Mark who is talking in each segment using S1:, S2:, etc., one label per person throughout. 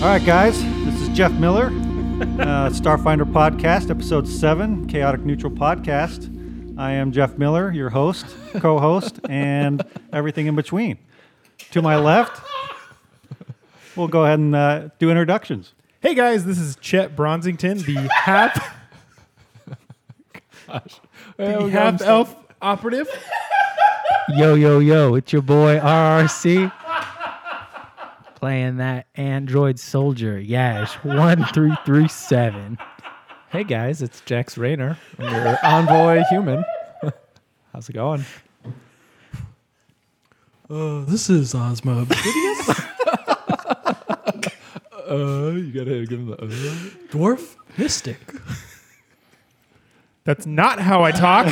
S1: right, guys. This is Jeff Miller, uh, Starfinder Podcast, Episode 7, Chaotic Neutral Podcast. I am Jeff Miller, your host, co host, and everything in between. To my left, we'll go ahead and uh, do introductions.
S2: Hey guys, this is Chet Bronzington, the half
S3: Well,
S2: the
S3: we
S2: half
S3: got him
S2: elf operative.
S4: Yo, yo, yo, it's your boy RRC playing that Android Soldier Yash 1337.
S3: st- Hey guys, it's Jax Rayner, your envoy human. How's it going?
S2: Uh, this is Ozma.
S3: Uh, you gotta give him the. Uh.
S2: Dwarf mystic. That's not how I talk.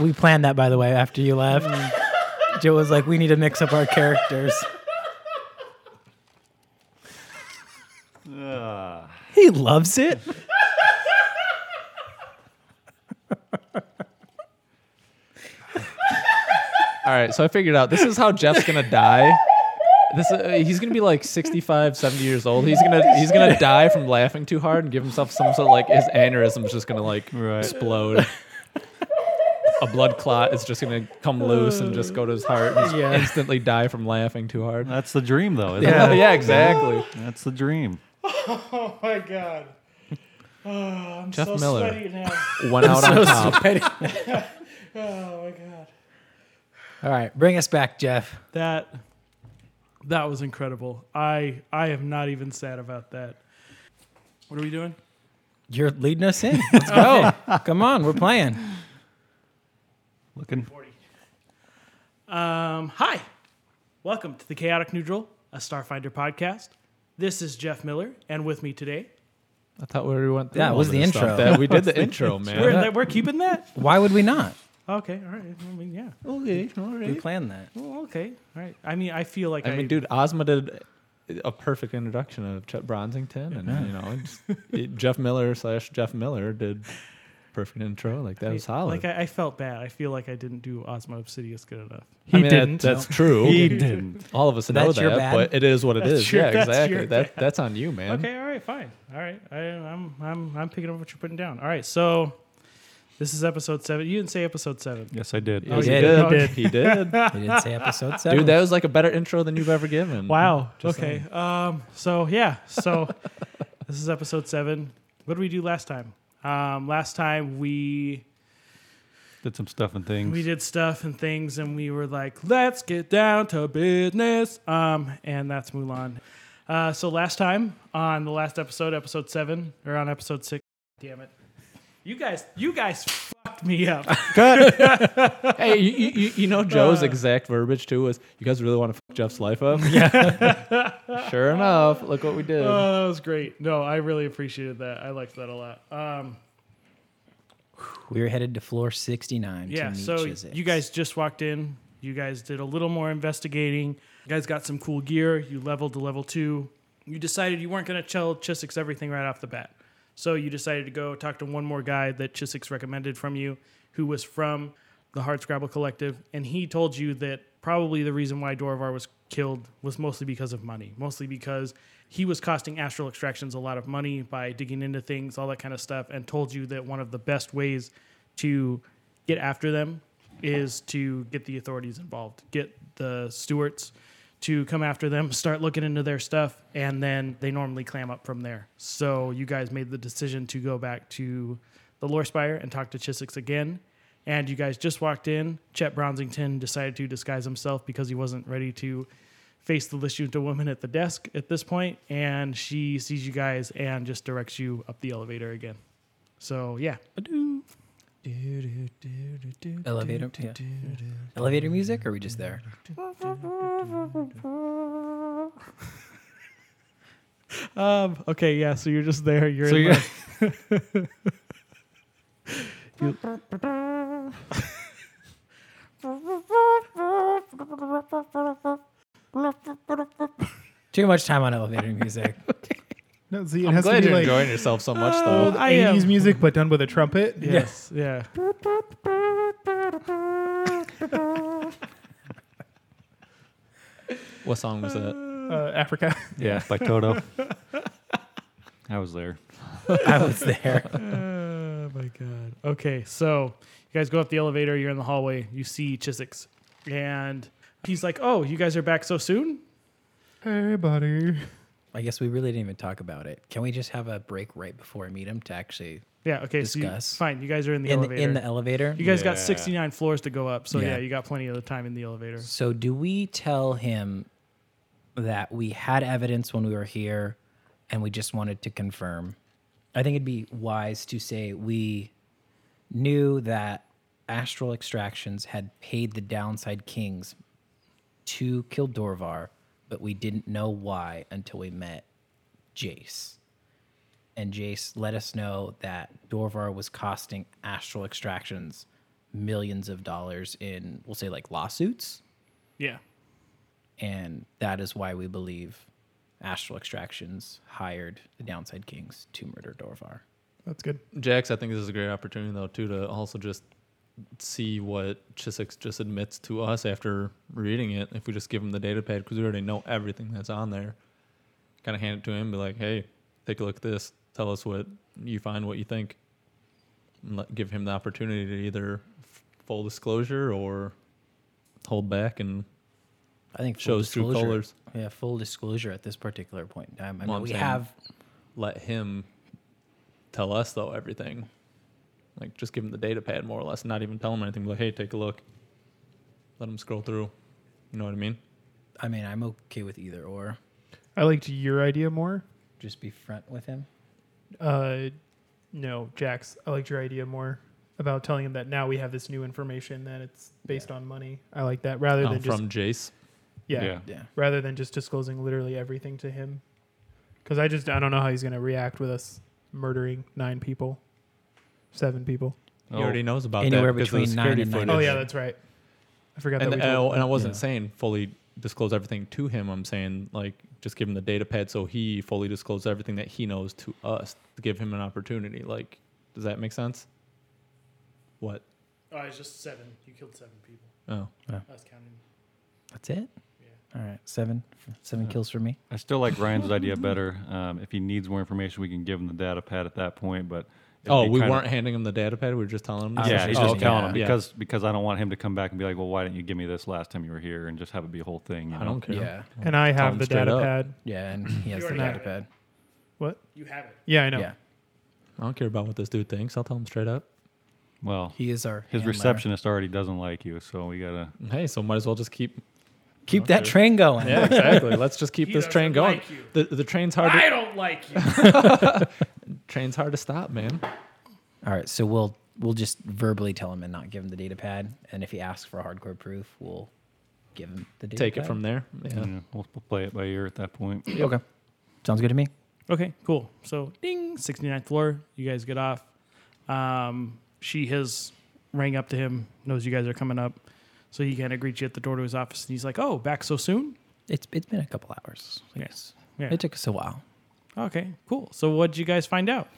S4: We planned that, by the way, after you left. Joe was like, we need to mix up our characters. He loves it.
S3: All right, so I figured out this is how Jeff's gonna die. This uh, he's gonna be like 65, 70 years old. He's gonna he's gonna die from laughing too hard and give himself some sort of like his aneurysm's just gonna like
S1: Right.
S3: explode. A blood clot is just gonna come loose and just go to his heart and just
S4: Yeah.
S3: instantly die from laughing too hard.
S1: That's the dream, though. Isn't
S3: Yeah,
S1: it?
S3: yeah, exactly.
S1: That's the dream.
S2: oh my god. Oh, I'm
S3: Jeff
S2: so
S3: Miller.
S2: sweaty now.
S3: One out on top.
S2: Oh my god.
S4: All right, bring us back, Jeff.
S2: That that was incredible. I I am not even sad about that. What are we doing?
S4: You're leading us in. Let's go. Come on, we're playing.
S1: Looking.
S2: Um, hi, welcome to the Chaotic Neutral, a Starfinder podcast. This is Jeff Miller, and with me today,
S3: I thought we already went. through
S4: That
S3: all
S4: was
S3: this
S4: the
S3: stuff.
S4: intro.
S3: That- we did the intro,
S2: we're,
S3: man.
S2: we're keeping that.
S4: Why would we not?
S2: Okay, all right. I mean, yeah.
S3: Okay, all
S4: We planned that.
S2: Well, okay, all right. I mean, I feel like I,
S3: I mean, dude, Ozma did a perfect introduction of Chet Bronzington, and you know, it's, it, Jeff Miller slash Jeff Miller did perfect intro. Like that was solid.
S2: Like I, I felt bad. I feel like I didn't do Osmo Obsidious good enough.
S3: I mean, that- that's true.
S1: He didn't.
S3: All of us know
S4: That's
S3: that,
S4: your bad.
S3: but it is what it is.
S2: That's your-
S3: yeah,
S2: that's
S3: exactly.
S2: your
S3: that that's on you, man.
S2: Okay, all right, fine. All right, I, I'm I'm I'm picking up what you're putting down. All right, so this is episode seven. You didn't say episode seven.
S1: Yes, I did.
S3: Yeah, he,
S4: did.
S3: did.
S2: Okay.
S3: He did.
S4: We didn't say episode seven.
S3: Dude, that was like a better intro than you've ever given.
S2: Wow. okay. Um. So yeah. So this is episode seven. What did we do last time? Um. Last time we
S1: Did some stuff and things.
S2: we did stuff and things, and we were like, let's get down to business. Um. And that's Mulan. Uh. So last time on the last episode, episode seven, or on episode six. Damn it. You guys. You guys fucked me up.
S1: Cut.
S3: Hey, you, you, you- you know Joe's
S2: Uh.
S3: exact verbiage too was, "You guys really want to fuck Jeff's life up?" sure enough, look what we did.
S2: Oh, that was great. No, I really appreciated that. I liked that a lot. Um.
S4: We were headed to floor 69
S2: Yeah,
S4: to meet
S2: so
S4: Chizix.
S2: you guys just walked in. You guys did a little more investigating. You guys got some cool gear. You leveled to level two. You decided you weren't going to tell Chisix everything right off the bat. So you decided to go talk to one more guy that Chisix recommended from you, who was from the Hardscrabble Collective. And he told you that probably the reason why Dorvar was killed was mostly because of money, mostly because he was costing Astral Extractions a lot of money by digging into things, all that kind of stuff, and told you that one of the best ways to get after them is to get the authorities involved, get the stewards to come after them, start looking into their stuff, and then they normally clam up from there. So you guys made the decision to go back to the Lore Spire and talk to Chisix again. And you guys just walked in. Chet Bronzington decided to disguise himself because he wasn't ready to face the Lishuta woman at the desk at this point, and she sees you guys and just directs you up the elevator again. So yeah,
S4: elevator, yeah. elevator music, or are we just there?
S2: Um, okay, yeah, so you're just there. You're
S1: So
S2: in
S1: you're-
S2: the-
S4: Too much time on elevator music.
S5: No, see, it
S3: I'm
S5: has to
S3: glad
S5: be
S3: you're
S5: like
S3: enjoying yourself so much, though.
S2: I am.
S5: 80s music, but done with a trumpet.
S2: Yes, yeah.
S3: What song was that?
S5: uh, Africa.
S3: Yeah.
S1: by Toto. I was there.
S4: I was there.
S2: Oh my god. Okay, so you guys go up the elevator, you're in the hallway, you see Chisix. And he's like, Oh, you guys are back so soon?
S5: hey, buddy.
S4: I guess we really didn't even talk about it. Can we just have a break right before we meet him to actually
S2: Yeah, okay, so
S4: Discuss.
S2: you, fine, you guys are in the
S4: in the,
S2: elevator.
S4: in the elevator?
S2: you guys got
S3: Yeah.
S2: 69 floors to go up, so yeah.
S4: Yeah.
S2: you got plenty of the time in the elevator.
S4: So do we tell him that we had evidence when we were here and we just wanted to confirm? I think it'd be wise to say we knew that Astral Extractions had paid the Downside Kings to kill Dorvar, but we didn't know why until we met Jace. And Jace let us know that Dorvar was costing Astral Extractions millions of dollars in, we'll say, like lawsuits
S2: Yeah.
S4: and that is why we believe Astral Extractions hired the Downside Kings to murder Dorvar.
S5: That's good.
S3: Jax, I think this is a great opportunity though too to also just see what Chisix just admits to us after reading it. If we just give him the data pad because we already know everything that's on there, kind of hand it to him, be like, "Hey, take a look at this. Tell us what you find, what you think." And let, give him the opportunity to either f- full disclosure or hold back and
S4: I think full
S3: Shows true
S4: disclosure-
S3: colours.
S4: Yeah, full disclosure at this particular point in time. I
S3: Well,
S4: mean,
S3: I'm
S4: we
S3: saying-
S4: have
S3: let him tell us though everything. Like just give him the data pad more or less, not even tell him anything. Like, hey, take a look. Let him scroll through. You know what I mean?
S4: I mean, I'm okay with either or.
S5: I liked your idea more.
S4: Just be front with him.
S5: Uh, no, Jax, I liked your idea more about telling him that now we have this new information that it's based on money. I like that rather
S3: Um,
S5: than just
S3: from Jace.
S5: yeah,
S1: Yeah.
S4: Yeah.
S5: rather than just disclosing literally everything to him. Because I just I don't know how he's gonna react with us murdering nine people, seven people.
S3: He already knows about
S4: Oh. Anywhere
S3: that because of the
S4: between nine
S3: security
S4: and nine.
S5: Oh
S3: footage.
S5: yeah, that's right. I forgot
S3: And,
S5: that we
S3: and I-
S5: talked-
S3: and I wasn't
S4: Yeah.
S3: saying fully disclose everything to him. I'm saying like just give him the data pad so he fully discloses everything that he knows to us to give him an opportunity. Like, does that make sense? What?
S2: Oh, it's just seven. You killed seven people.
S3: Oh,
S2: I was counting.
S4: That's it. All right, seven, seven kills for me.
S1: I still like Ryan's idea better. Um, if he needs more information, we can give him the data pad at that point. But it'd
S3: oh,
S1: be
S3: we
S1: kinda-
S3: weren't handing him the data pad. We were just telling him.
S4: Uh,
S3: this?
S1: Yeah, he's
S4: Oh,
S1: just
S4: okay.
S1: telling him
S3: Yeah.
S1: because because I don't want him to come back and be like, well, why didn't you give me this last time you were here and just have it be a whole thing. You know?
S3: I don't care.
S4: Yeah.
S5: and I
S3: Tell
S5: have
S3: him
S5: the
S3: straight
S5: data
S3: up.
S5: pad.
S4: Yeah, and he has the
S2: already have
S4: data
S2: it.
S4: pad.
S5: What?
S2: You have it.
S5: Yeah, I know.
S4: Yeah,
S3: I don't care about what this dude thinks. I'll tell him straight up.
S1: Well,
S4: he is our
S1: his
S3: uh,
S4: handler.
S1: receptionist already doesn't like you, so we gotta.
S3: Hey, so might as well just keep.
S4: Keep that train going.
S3: Yeah, exactly. Let's just keep
S2: He
S3: this train
S2: doesn't
S3: going.
S2: like you.
S3: the the train's hard.
S2: I
S3: To,
S2: don't like you.
S3: train's hard to stop, man.
S4: All right, so we'll we'll just verbally tell him and not give him the data pad. And if he asks for hardcore proof, we'll give him the data.
S3: Take it
S4: pad.
S3: from there.
S1: You
S3: Yeah.
S1: know, we'll, we'll play it by ear at that point.
S4: Okay, sounds good to me.
S2: Okay, cool. So, ding, 69th floor. You guys get off. Um, she has rang up to him, knows you guys are coming up. So he kind of greets you at the door to his office, and he's like, "Oh, back so soon?
S4: It's it's been a couple hours.
S2: Yes. Yeah.
S4: It took us a while.
S2: okay, cool. So what would you guys find out?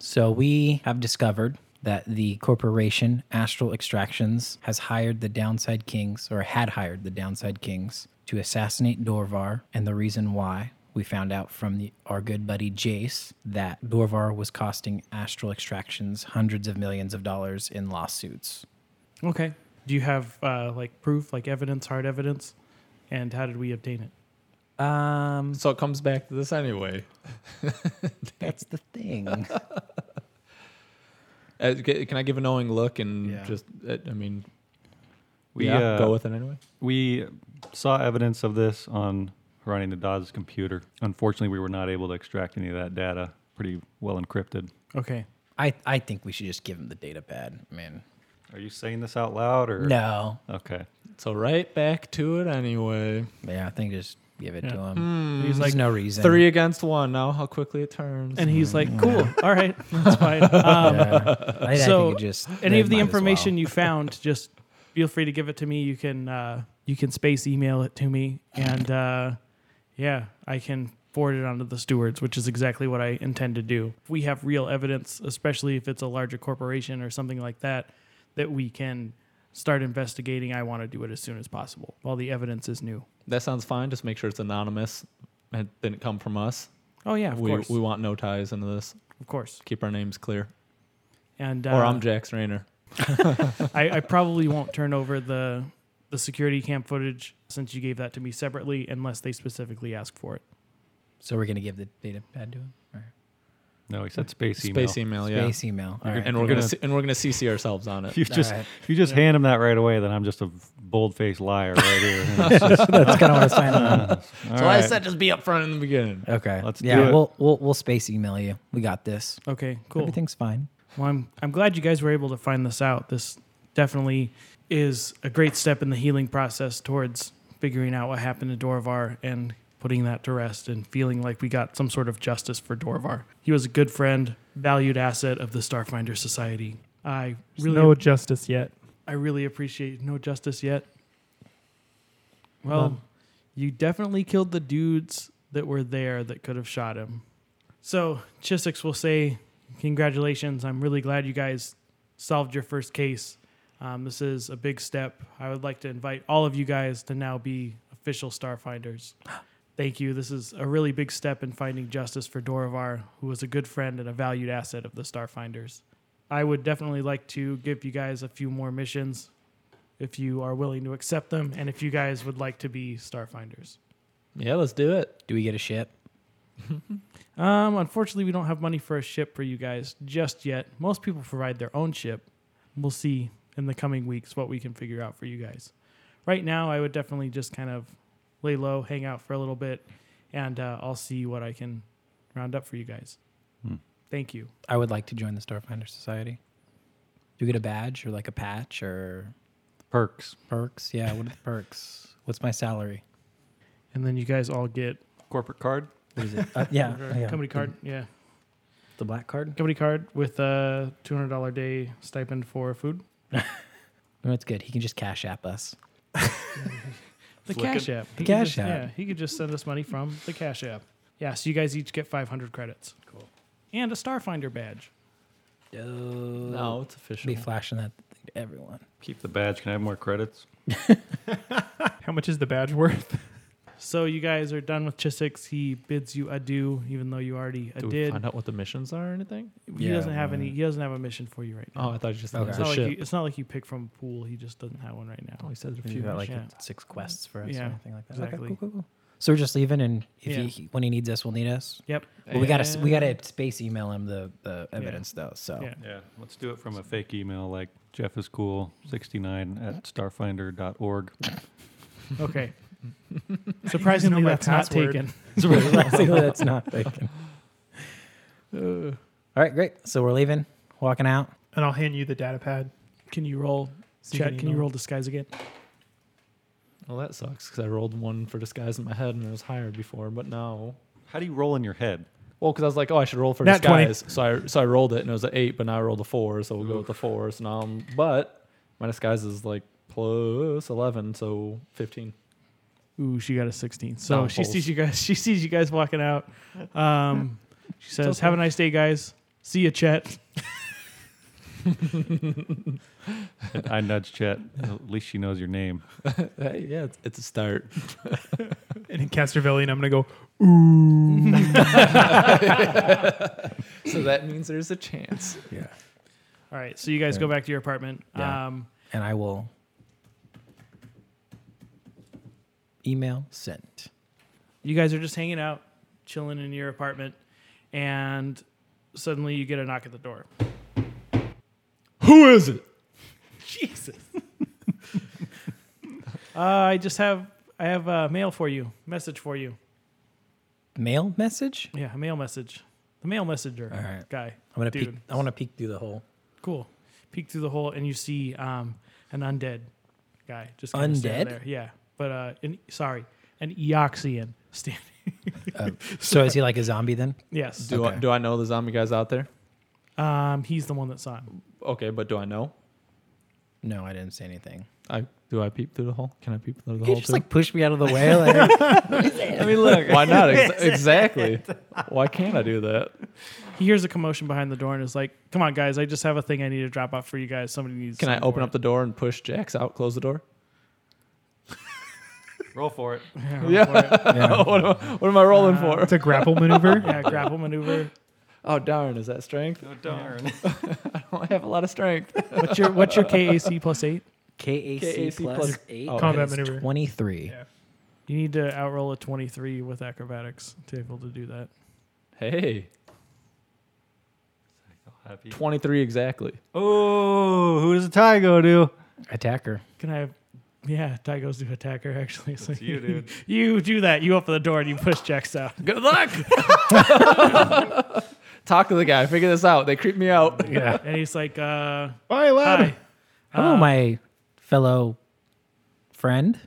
S4: So we have discovered that the corporation Astral Extractions has hired the Downside Kings, or had hired the Downside Kings, to assassinate Dorvar. And the reason why we found out from the, our good buddy Jace that Dorvar was costing Astral Extractions hundreds of millions of dollars in lawsuits.
S2: Okay. Do you have uh, like proof, like evidence, hard evidence, and how did we obtain it?
S4: Um,
S3: So it comes back to this anyway.
S4: that's the thing.
S3: Uh, ca- can I give a knowing look and
S4: Yeah.
S3: just? uh, I mean,
S1: We
S3: yeah,
S1: uh,
S3: go with it anyway.
S1: we saw evidence of this on Ronnie Nadaz's computer. Unfortunately, we were not able to extract any of that data. Pretty well encrypted.
S2: Okay.
S4: I, I think we should just give him the data pad. I mean,
S1: Are you saying this out loud or
S4: no.
S1: Okay.
S3: So right back to it anyway.
S4: Yeah, I think just give it to
S2: Yeah. Mm.
S4: him.
S2: Hmm. He's
S4: There's
S2: like,
S4: no reason.
S3: Three against one. Now how quickly it turns.
S2: and he's like, "Cool. All right, that's fine." Um,
S4: Yeah. I, I
S2: So,
S4: think it just
S2: any
S4: they
S2: of the
S4: might as
S2: information you found, just feel free to give it to me. You can uh, you can space email it to me, and uh, yeah, I can forward it onto the stewards, which is exactly what I intend to do. If we have real evidence, especially if it's a larger corporation or something like that, that we can start investigating. I want to do it as soon as possible while the evidence is new.
S3: that sounds fine. Just make sure it's anonymous. It didn't come from us.
S2: Oh yeah, of
S3: we
S2: course,
S3: we want no ties into this.
S2: of course.
S3: Keep our names clear.
S2: And uh,
S3: or I'm Jax Rayner.
S2: I, I probably won't turn over the the security cam footage since you gave that to me separately, unless they specifically ask for it.
S4: So we're gonna give the data pad to him. Or
S1: No, he said space email.
S3: Space email, Oh, yeah.
S4: Space email. All right.
S3: And we're gonna,
S1: Gonna-
S3: C- and we're gonna CC ourselves on it.
S1: If you just
S4: right.
S1: if you just hand him that right away, then I'm just a bold faced liar right here.
S4: That's kind of what I was signing on.
S3: so I said just be upfront in the beginning.
S4: Okay.
S1: Let's
S4: yeah,
S1: do it.
S4: we'll we'll we'll space email you. We got this.
S2: Okay, cool.
S4: Everything's fine.
S2: Well, I'm I'm glad you guys were able to find this out. This definitely is a great step in the healing process towards figuring out what happened to Dorvar and putting that to rest and feeling like we got some sort of justice for Dorvar. He was a good friend, valued asset of the Starfinder Society. I
S5: There's
S2: really
S5: no justice yet.
S2: I really appreciate no justice yet. Well,
S5: None.
S2: you definitely killed the dudes that were there that could have shot him. So Chisix will say, "Congratulations! I'm really glad you guys solved your first case. Um, this is a big step. I would like to invite all of you guys to now be official Starfinders. Thank you. This is a really big step in finding justice for Dorovar, who was a good friend and a valued asset of the Starfinders. I would definitely like to give you guys a few more missions if you are willing to accept them and if you guys would like to be starfinders.
S3: Yeah, let's do it.
S4: Do we get a ship?
S2: Um, unfortunately, we don't have money for a ship for you guys just yet. Most people provide their own ship. We'll see in the coming weeks what we can figure out for you guys. Right now, I would definitely just kind of lay low, hang out for a little bit, and uh, I'll see what I can round up for you guys.
S1: Hmm.
S2: Thank you.
S4: I would like to join the Starfinder Society. Do we get a badge or like a patch or
S1: perks.
S4: perks? Yeah, what are the perks? What's my salary?
S2: And then you guys all get
S1: Corporate card.
S4: What is it? Uh, yeah, yeah.
S2: company card. Yeah.
S4: The black card.
S2: company card with a two hundred dollar day stipend for food.
S4: No, it's good. He can just cash app us.
S2: The
S3: Flick
S2: Cash App.
S4: The
S2: He could
S4: Cash
S2: just-
S4: App.
S2: Yeah, he could just send us money from the Cash App. Yeah, so you guys each get five hundred credits. Cool. And a Starfinder badge.
S3: No, it's official.
S4: Be flashing that thing to everyone.
S1: Keep the badge. Can I have more credits?
S5: How much is the badge worth?
S2: So you guys are done with Chisix. He bids you adieu, even though you already
S3: Do we
S2: did.
S3: find out what the missions are or anything?
S2: He
S4: Yeah,
S2: doesn't have
S4: well-
S2: any. He doesn't have a mission for you right
S3: Oh,
S2: now.
S3: I thought you just
S4: Okay.
S3: okay.
S2: it's,
S3: the
S2: not like
S3: ship.
S2: you, it's not like you pick from a pool. He just doesn't have one right now.
S3: oh, he said there's a
S4: He's
S3: few.
S4: got like
S2: yeah.
S4: six quests for us
S2: Yeah,
S4: or anything like that. Okay,
S2: exactly.
S4: cool, cool, cool. So we're just leaving, and if
S2: Yeah.
S4: he, he- when he needs us, we'll need us.
S2: Yep.
S4: But we gotta we gotta space email him the, the evidence though. So
S2: Yeah.
S1: Yeah, let's do it from a fake email like Jeff is cool 69 at starfinder.org.
S2: Okay. Surprisingly,
S5: my
S2: that's not
S5: password.
S2: taken.
S4: Basically, that's not thinking. All right, great. So we're leaving, walking out.
S5: And I'll hand you the data pad.
S2: Can you roll?
S5: so
S2: Chad, can you
S5: email.
S2: roll disguise again?
S3: Well, that sucks because I rolled one for disguise in my head and it was higher before, but no.
S1: How do you roll in your head?
S3: Well, because I was like, oh, I should roll for
S5: Nat 20.
S3: disguise. So I so I rolled it and it was an eight, but now I rolled a four, so we'll go with the four. So now, I'm, but my disguise is like plus eleven, so fifteen.
S2: Ooh, she got a 16. So
S3: No,
S2: she
S3: balls.
S2: sees you guys. She sees you guys walking out. Um, she says,
S3: okay.
S2: "Have a nice day, guys. See you, Chet."
S1: I nudge Chet. At least she knows your name.
S3: Hey, yeah, it's, it's a start.
S5: And in Castervillian, I'm going to go,
S3: so that means there's a chance.
S4: Yeah.
S2: All right. So you guys go back to your apartment.
S4: Yeah.
S2: Um,
S4: And I will email sent.
S2: you guys are just hanging out, chilling in your apartment, and suddenly you get a knock at the door.
S3: Who is it?
S2: Jesus. uh, I just have I have a mail for you. Message for you.
S4: Mail message.
S2: Yeah, a mail message. The mail messenger
S4: All right.
S2: guy.
S4: I'm gonna peek.
S2: Dude.
S4: I want to peek through the hole.
S2: Cool. Peek through the hole and you see um, an undead guy just kinda standing
S4: Undead?
S2: There. Yeah, but uh, an, sorry, an Eoxian standing.
S4: So is he like a zombie then?
S2: Yes,
S3: Do I,
S4: Okay.
S3: do I know the zombie guys out there?
S2: um, he's the one that saw him.
S3: Okay, but do I know?
S4: No, I didn't say anything.
S3: I do I peep through the hole? Can I peep through the
S4: He
S3: hole
S4: just
S3: too?
S4: like pushed me out of the way. Like,
S3: I mean, look, why not? Ex- exactly. Why can't I do that?
S2: He hears a commotion behind the door and is like, "Come on, guys! I just have a thing I need to drop off for you guys. Somebody needs."
S3: Can I
S2: something
S3: open
S2: for
S3: up the door and push Jax out? Close the door. Roll for it.
S2: yeah. Um,
S3: what, am, what am I rolling for?
S5: It's a grapple maneuver.
S2: yeah, grapple maneuver.
S3: Oh darn! Is that strength?
S1: Oh, darn.
S3: I have a lot of strength.
S2: What's your what's your KAC plus eight?
S4: KAC,
S3: KAC
S4: plus,
S3: plus-
S4: eight.
S3: oh,
S5: Combat
S4: is
S5: maneuver.
S4: Twenty-three.
S5: Yeah.
S2: You need to outroll a twenty three with acrobatics to be able to do that.
S3: Hey,
S1: Happy.
S3: twenty three exactly.
S1: Oh, who does the tie go to?
S4: Attacker.
S2: Can I have yeah, Ty goes to attacker actually. So
S1: It's you, dude.
S2: you do that. You open the door and you push Jax out.
S3: Good luck. Talk to the guy. Figure this out. They creep me out.
S5: Yeah.
S2: And he's like, uh,
S5: Bye, lad.
S2: hi, Uh,
S4: Hello, my fellow friend.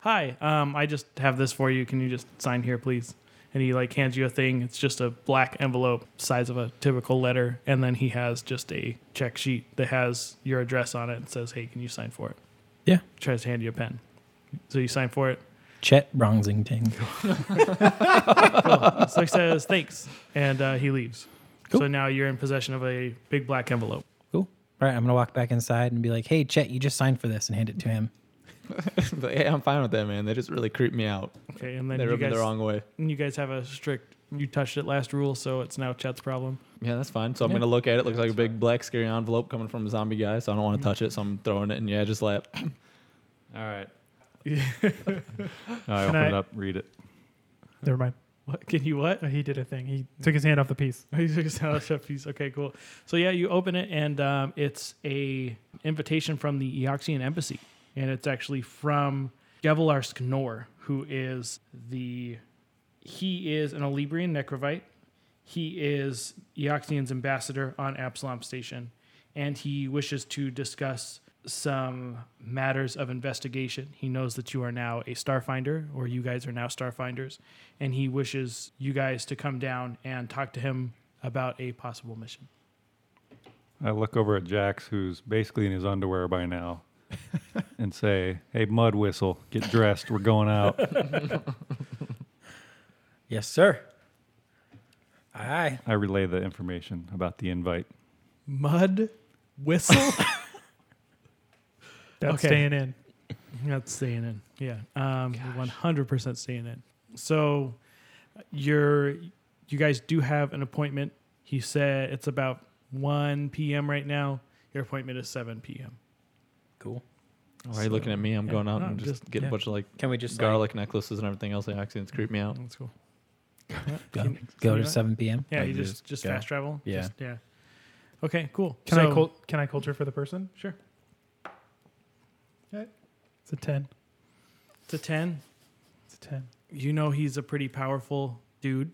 S2: hi. Um, I just have this for you. Can you just sign here, please? And he like hands you a thing. It's just a black envelope, size of a typical letter, and then he has just a check sheet that has your address on it and says, "Hey, can you sign for it?"
S4: Yeah.
S2: Tries to hand you a pen. So you sign for it.
S4: Chet Bronsington.
S2: So he says, "Thanks," and uh, he leaves. So now you're in possession of a big black envelope.
S4: Cool. All right, I'm gonna walk back inside and be like, "Hey, Chet, you just signed for this," and hand it to him.
S3: But, hey, I'm fine with that, man. They just really creep me out.
S2: Okay, and then
S3: They
S2: you
S3: rubbed me
S2: guys,
S3: the wrong way.
S2: you guys have a strict "you touched it last" rule, so it's now Chet's problem.
S3: Yeah, that's fine. So I'm
S4: Yeah.
S3: gonna look at it. Looks like a big black scary envelope coming from a zombie guy. So I don't want to touch it. So I'm throwing it in Yadja's lap.
S1: All right. I
S2: Can
S1: open
S2: I-
S1: it up, read it.
S5: Never mind.
S2: What can you what?
S5: Uh, He did a thing. He took his hand off the piece.
S2: He's like, "It's not a chef piece." Okay, cool. So yeah, you open it, and um, it's a invitation from the Eoxian embassy, and it's actually from Gevelar Sknor, who is the he is an Olibrian necrovite. He is Eoxian's ambassador on Absalom Station, and he wishes to discuss some matters of investigation. He knows that you are now a Starfinder, or you guys are now Starfinders, and he wishes you guys to come down and talk to him about a possible mission.
S1: I look over at Jax, who's basically in his underwear by now, and say, Hey, Mud Whistle, get dressed. We're going out.
S4: Yes, sir. Aye.
S1: I relay the information about the invite.
S2: Mud whistle.
S5: That's
S2: Okay.
S5: staying in.
S2: That's staying in. Yeah, um, one hundred percent staying in. So, you're you guys do have an appointment. He said it's about one p.m. right now. Your appointment is seven p.m.
S4: Cool.
S3: Why are you looking at me? I'm
S2: yeah,
S3: going out
S2: no,
S3: and just,
S2: just-
S3: getting
S2: yeah.
S3: a bunch of like
S4: Can we just like,
S3: garlic necklaces and everything else. The accidents creep me out.
S2: That's cool.
S4: go, go to seven p.m.
S2: Yeah,
S4: Like,
S2: you just just
S4: go.
S2: fast travel.
S4: Yeah.
S2: Just- yeah. Okay, cool.
S5: Can I
S2: So-
S5: cul- can I culture for the person?
S2: Sure.
S5: It's a ten.
S2: It's a ten.
S5: It's a ten.
S2: You know he's a pretty powerful dude.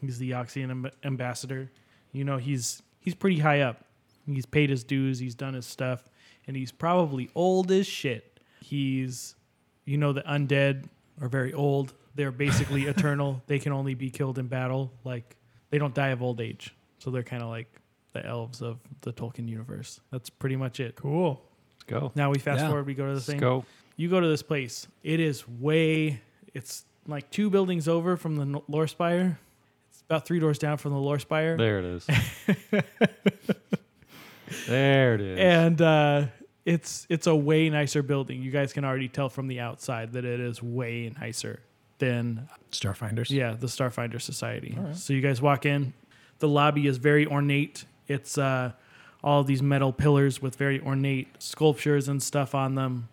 S2: He's the Oxian amb- ambassador. You know he's he's pretty high up. He's paid his dues. He's done his stuff, and he's probably old as shit. He's, you know, the undead are very old. They're basically eternal. They can only be killed in battle. Like they don't die of old age. So they're kind of like the elves of the Tolkien universe. That's pretty much it.
S5: Cool.
S1: Let's go.
S2: Now we fast
S4: Yeah.
S2: forward. We go to the
S1: Let's
S2: thing
S1: go.
S2: you go to this place. It is way. It's like two buildings over from the N- Lore Spire. It's about three doors down from the Lore Spire.
S1: There it is. there it is.
S2: And uh, it's it's a way nicer building. You guys can already tell from the outside that it is way nicer than
S4: Starfinders.
S2: Yeah, the Starfinder Society. So you guys walk in. The lobby is very ornate. It's uh, all these metal pillars with very ornate sculptures and stuff on them.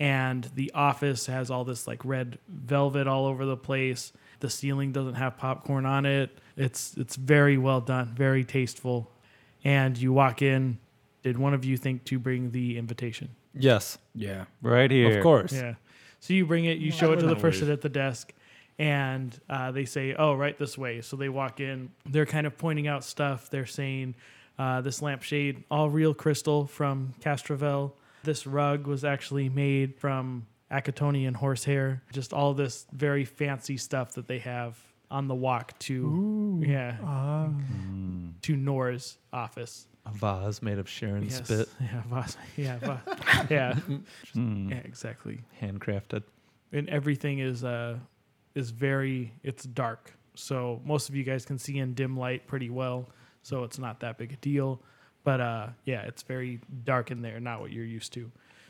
S2: And the office has all this like red velvet all over the place. The ceiling doesn't have popcorn on it. It's it's very well done, very tasteful. And you walk in. Did one of you think to bring the invitation?
S3: Yes,
S4: Yeah.
S1: right here.
S3: of course.
S2: Yeah. So you bring it, you show it to the
S1: wouldn't
S2: person at the desk, and uh, they say, "Oh, right this way." So they walk in. They're kind of pointing out stuff. They're saying, uh, "This lampshade, all real crystal from Castravel. This rug was actually made from Acatonian horsehair. Just all this very fancy stuff that they have on the walk to, yeah,
S1: Hmm.
S2: to Nora's office."
S3: A vase made of Sharon
S2: Yes.
S3: spit,
S2: Yeah, Vos- yeah, Vos- yeah,
S1: Hmm.
S2: yeah, exactly
S3: handcrafted.
S2: and everything is uh is very it's dark so most of you guys can see in dim light pretty well so it's not that big a deal but uh yeah it's very dark in there not what you're used to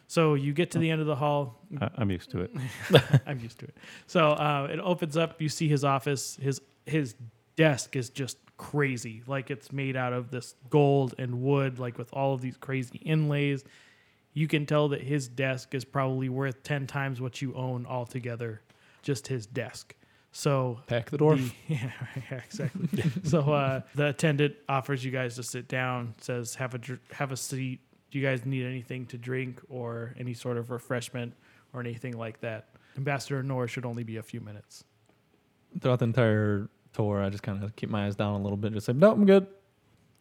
S2: So you get to the end of the hall.
S1: I, I'm used to it.
S2: I'm used to it. So uh, it opens up. You see his office. His his desk is just crazy. Like it's made out of this gold and wood. Like with all of these crazy inlays. You can tell that his desk is probably worth ten times what you own altogether. Just his desk. So
S3: Pack the door.
S2: the- yeah, yeah, exactly. so uh, the attendant offers you guys to sit down, says, "Have a dr- have a seat. Do you guys need anything to drink or any sort of refreshment or anything like that?" Ambassador Nor should only be a few minutes.
S3: Throughout the entire tour, I just kind of keep my eyes down a little bit. Just say, nope, I'm good.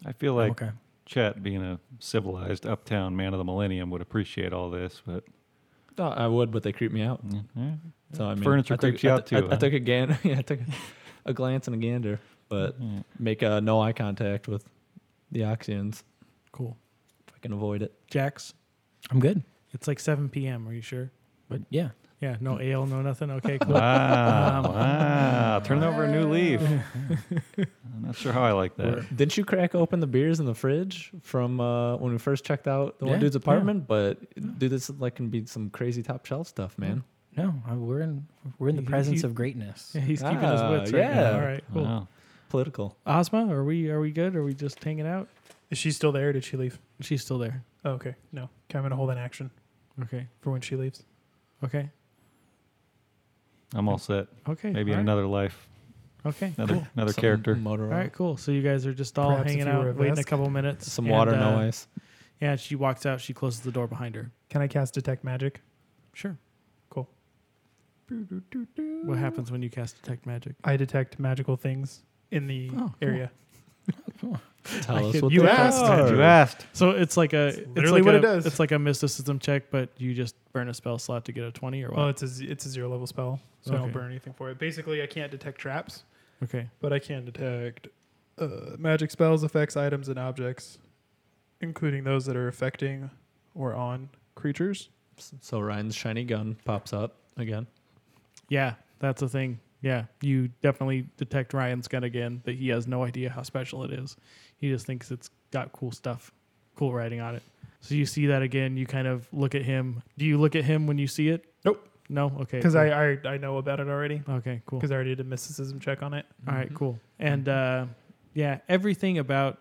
S1: I feel like
S4: okay.
S1: Chet, being a civilized uptown man of the millennium, would appreciate all this, but Mm-hmm.
S3: Oh, I would, but they creep me out.
S1: yeah.
S3: So I mean,
S1: Furniture
S3: I took-
S1: creeps you
S3: I
S1: out
S3: t- I-
S1: too,
S3: I,
S1: huh?
S3: took a gander. yeah, I took a, a glance and a gander, but
S1: Yeah.
S3: make uh, no eye contact with the Oxians
S2: Cool,
S3: if I can avoid it.
S2: Jax.
S4: I'm good.
S2: It's like 7 p.m. Are you sure?
S4: But yeah,
S2: Yeah, no
S5: Mm.
S2: ale, no nothing. Okay, cool.
S5: Uh,
S1: Wow,
S2: Um,
S1: wow. Turn over a new leaf. I'm not sure how I like that.
S3: Didn't you crack open the beers in the fridge from uh, when we first checked out the
S4: Yeah,
S3: one dude's
S4: yeah.
S3: apartment? But dude, this like can be some crazy top shelf stuff,
S2: Mm.
S3: man.
S4: no, I- we're in we're in the
S2: You-
S4: presence
S2: you-
S4: of greatness.
S2: Yeah, he's
S5: uh,
S2: keeping his
S3: Ah,
S2: wits right now.
S3: yeah.
S2: All right,
S5: Uh-huh.
S2: cool.
S1: Wow.
S3: Political.
S2: Ozma, are we are we good? Are we just hanging out?
S5: Is she still there? Or did she leave?
S2: She's still there.
S5: Oh, okay. No. Okay, I'm gonna hold an action
S2: Okay.
S5: for when she leaves.
S2: Okay.
S1: I'm all set.
S2: Okay.
S1: Maybe in
S2: all right.
S1: another life,
S2: Okay.
S1: another
S2: cool.
S1: another
S3: Some
S1: character.
S3: Motorola.
S2: All right, cool. So you guys are just all
S5: Perhaps if
S2: hanging
S5: you were
S2: out,
S5: a
S2: waiting a
S5: Vesk.
S2: couple minutes.
S3: Some
S2: and,
S3: water, no
S2: uh,
S3: ice.
S2: Yeah, she walks out. She closes the door behind her.
S5: Can I cast detect magic?
S2: Sure.
S5: Cool.
S2: What happens when you cast detect magic?
S5: I detect magical things in the
S2: Oh, cool.
S5: area.
S3: Tell us
S2: could-
S3: what
S5: you
S3: they
S5: asked.
S3: are.
S1: You asked.
S2: So it's like a
S5: It's
S2: Uh, it's
S5: literally
S2: like
S5: what
S2: a-
S5: it does.
S2: It's like a mysticism check, but you just burn a spell slot to get a twenty or what?
S5: Well, Oh, it's a z- it's a zero level spell, so I
S2: Okay.
S5: don't burn anything for it. Basically, I can't detect traps,
S2: okay.
S5: but I can detect uh, magic spells, effects, items, and objects, including those that are affecting or on creatures.
S3: So Ryan's shiny gun pops up again.
S2: Yeah, that's a thing. Yeah, you definitely detect Ryan's gun again. That he has no idea how special it is. He just thinks it's got cool stuff, cool writing on it. So you see that again. You kind of look at him. Do you look at him when you see it?
S5: Nope.
S2: No. Okay.
S5: Because
S2: cool. Oh.
S5: I, I I know about it already.
S2: Okay. Cool.
S5: Because I already did a mysticism check on it.
S2: All right, cool. And uh, yeah, everything about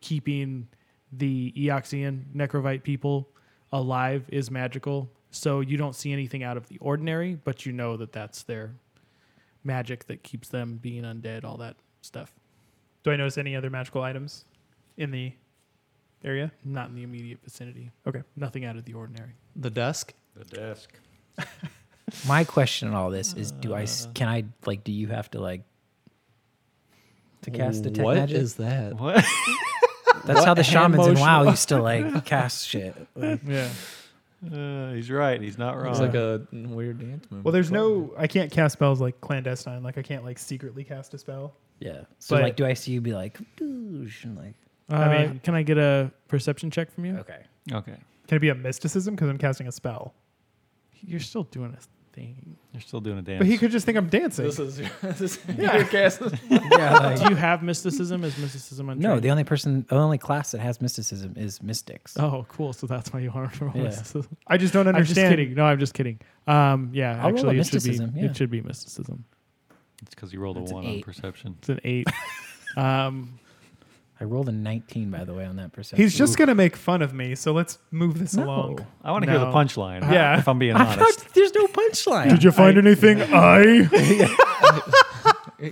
S2: keeping the Eoxian Necrovite people alive is magical. So you don't see anything out of the ordinary, but you know that that's their magic that keeps them being undead, all that stuff.
S5: Do I notice any other magical items in the area?
S2: Not in the immediate vicinity.
S5: Okay.
S2: Nothing out of the ordinary.
S3: The desk.
S1: The desk.
S4: My question on all this is: Do I
S2: Uh.
S4: s- can I like? Do you have to like to cast detect
S3: What
S4: magic?
S3: is that?
S1: What?
S4: That's
S3: what
S4: how the
S3: hand
S4: shamans in
S3: motion
S4: WoW used to like cast shit.
S2: Yeah.
S1: Uh, he's right. He's not wrong.
S3: It's like
S2: Uh,
S3: a weird dance move.
S5: Well, there's no. I can't cast spells like clandestine. Like I can't like secretly cast a spell.
S4: Yeah. So
S5: But-
S4: like, do I see you be like, douche, and like,
S2: I
S5: I
S2: mean,
S5: mean-
S2: can I get a perception check from you?
S4: okay,
S1: okay.
S5: Can it be a mysticism? Because I'm casting a spell.
S2: You're still doing a thing.
S1: You're still doing a dance.
S5: But he could just think I'm dancing.
S3: This is this is
S5: Yeah.
S3: your cast.
S4: yeah,
S2: Do you have mysticism? Is mysticism untrained?
S4: Uh, no, the only person, the only class that has mysticism is mystics.
S2: Oh, cool. So that's why you want to roll
S4: Yeah.
S2: mysticism.
S5: I just don't
S2: I'm just
S5: understand.
S2: kidding. No, I'm just kidding. Um, yeah,
S4: I'll roll
S2: actually,
S4: a
S2: it should be
S4: mysticism, yeah.
S2: it should be mysticism.
S1: it's because he rolled a
S4: That's an
S1: one on
S4: eight.
S1: perception.
S2: It's an eight. um,
S4: I rolled a 19 by the way on that perception.
S5: He's just gonna make fun of me, so let's move this
S4: No.
S5: along.
S1: I want to hear the
S2: No. Uh,
S1: punchline.
S5: Yeah.
S1: If I'm being
S4: I
S1: honest.
S4: thought there's no punchline.
S5: you find anything? I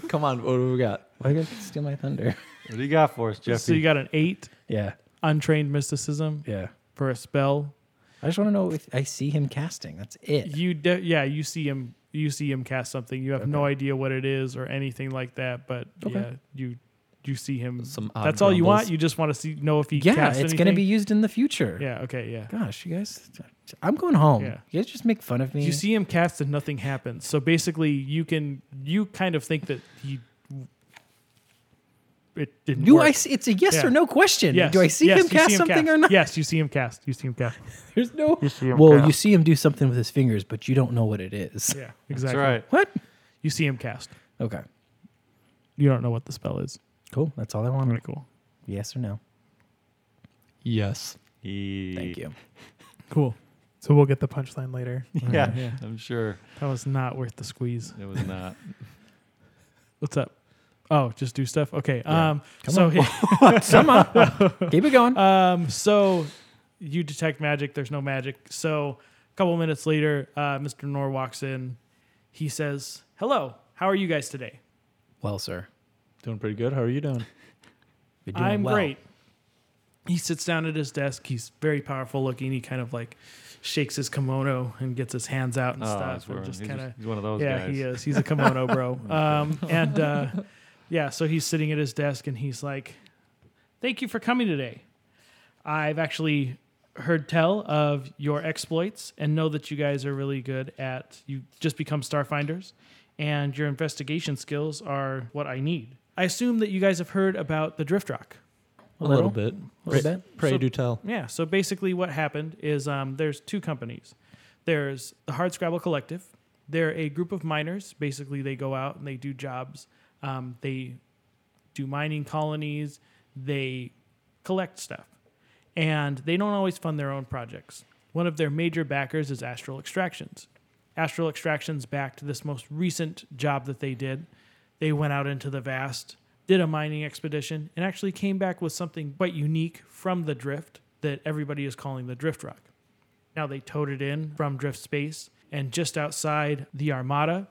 S3: Come on, what do we got?
S4: Why did you steal my thunder?
S1: What do you got for us, Jeffy?
S2: so you got an eight
S4: Yeah,
S2: untrained mysticism
S4: yeah.
S2: for a spell.
S4: I just want to know if I see him casting. That's it.
S2: You de- yeah, you see him you see him cast something. You have no idea what it is or anything like that. But yeah, you you see him.
S3: Some odd
S2: that's all you want.
S3: grumbles.
S2: You just want to see know if he
S4: yeah,
S2: casts
S4: it's
S2: anything.
S4: gonna be used in the future.
S2: yeah. Okay. Yeah.
S4: Gosh, you guys, I'm going home.
S2: Yeah.
S4: You guys just make fun of me.
S2: You see him cast and nothing happens. So basically, you can you kind of think that he it didn't.
S4: Do
S2: work.
S4: I see? It's a yes
S2: Yeah.
S4: or no question.
S2: Yes.
S4: Do I see
S2: Yes,
S4: him
S2: you
S4: cast something or not?
S2: Yes, you see him cast. You see him cast.
S4: There's no. well, you see him do something with his fingers, but you don't know what it is.
S2: Yeah,
S1: That's
S2: exactly.
S1: right.
S4: What?
S2: You see him cast.
S4: Okay.
S2: You don't know what the spell is.
S4: Cool. That's all I
S2: All
S4: wanted.
S2: right, cool.
S4: Yes or no?
S3: Yes.
S1: He,
S4: Thank you.
S2: Cool.
S5: So we'll get the punchline later.
S1: Yeah.
S3: I'm sure
S2: That was not worth the squeeze.
S3: it was not.
S1: Oh,
S2: What's up? Oh, just do stuff. Okay.
S4: Yeah.
S2: Um.
S4: Come
S2: so here-
S4: Come on, keep it going.
S2: Um, so you detect magic. There's no magic. So a couple minutes later, uh, Mr. Nor walks in. He says, "Hello. How are you guys today?
S4: well, sir,
S3: Doing pretty good. How are you doing?
S4: you're doing
S2: I'm
S4: well.
S2: great." He sits down at his desk. He's very powerful looking. He kind of like shakes his kimono and gets his hands out
S1: Oh,
S2: and stuff, and just kind of
S3: he's one of those
S2: yeah,
S3: guys.
S2: he is. He's a kimono bro. Um, and uh, yeah, so he's sitting at his desk and he's like, "Thank you for coming today. I've actually heard tell of your exploits and know that you guys are really good at. You just become starfinders, and your investigation skills are what I need. I assume that you guys have heard about the drift rock.
S3: A little bit.
S4: Little
S3: Pray,
S4: bit.
S3: pray
S2: So-
S3: do tell.
S2: Yeah. So basically, what happened is um, there's two companies. There's the Hard Scrabble Collective. They're a group of miners. Basically, they go out and they do jobs. Um, they do mining colonies. They collect stuff, and they don't always fund their own projects. One of their major backers is Astral Extractions. Astral Extractions backed this most recent job that they did. They went out into the vast, did a mining expedition, and actually came back with something quite unique from the drift that everybody is calling the drift rock. Now they towed it in from drift space, and just outside the Armada,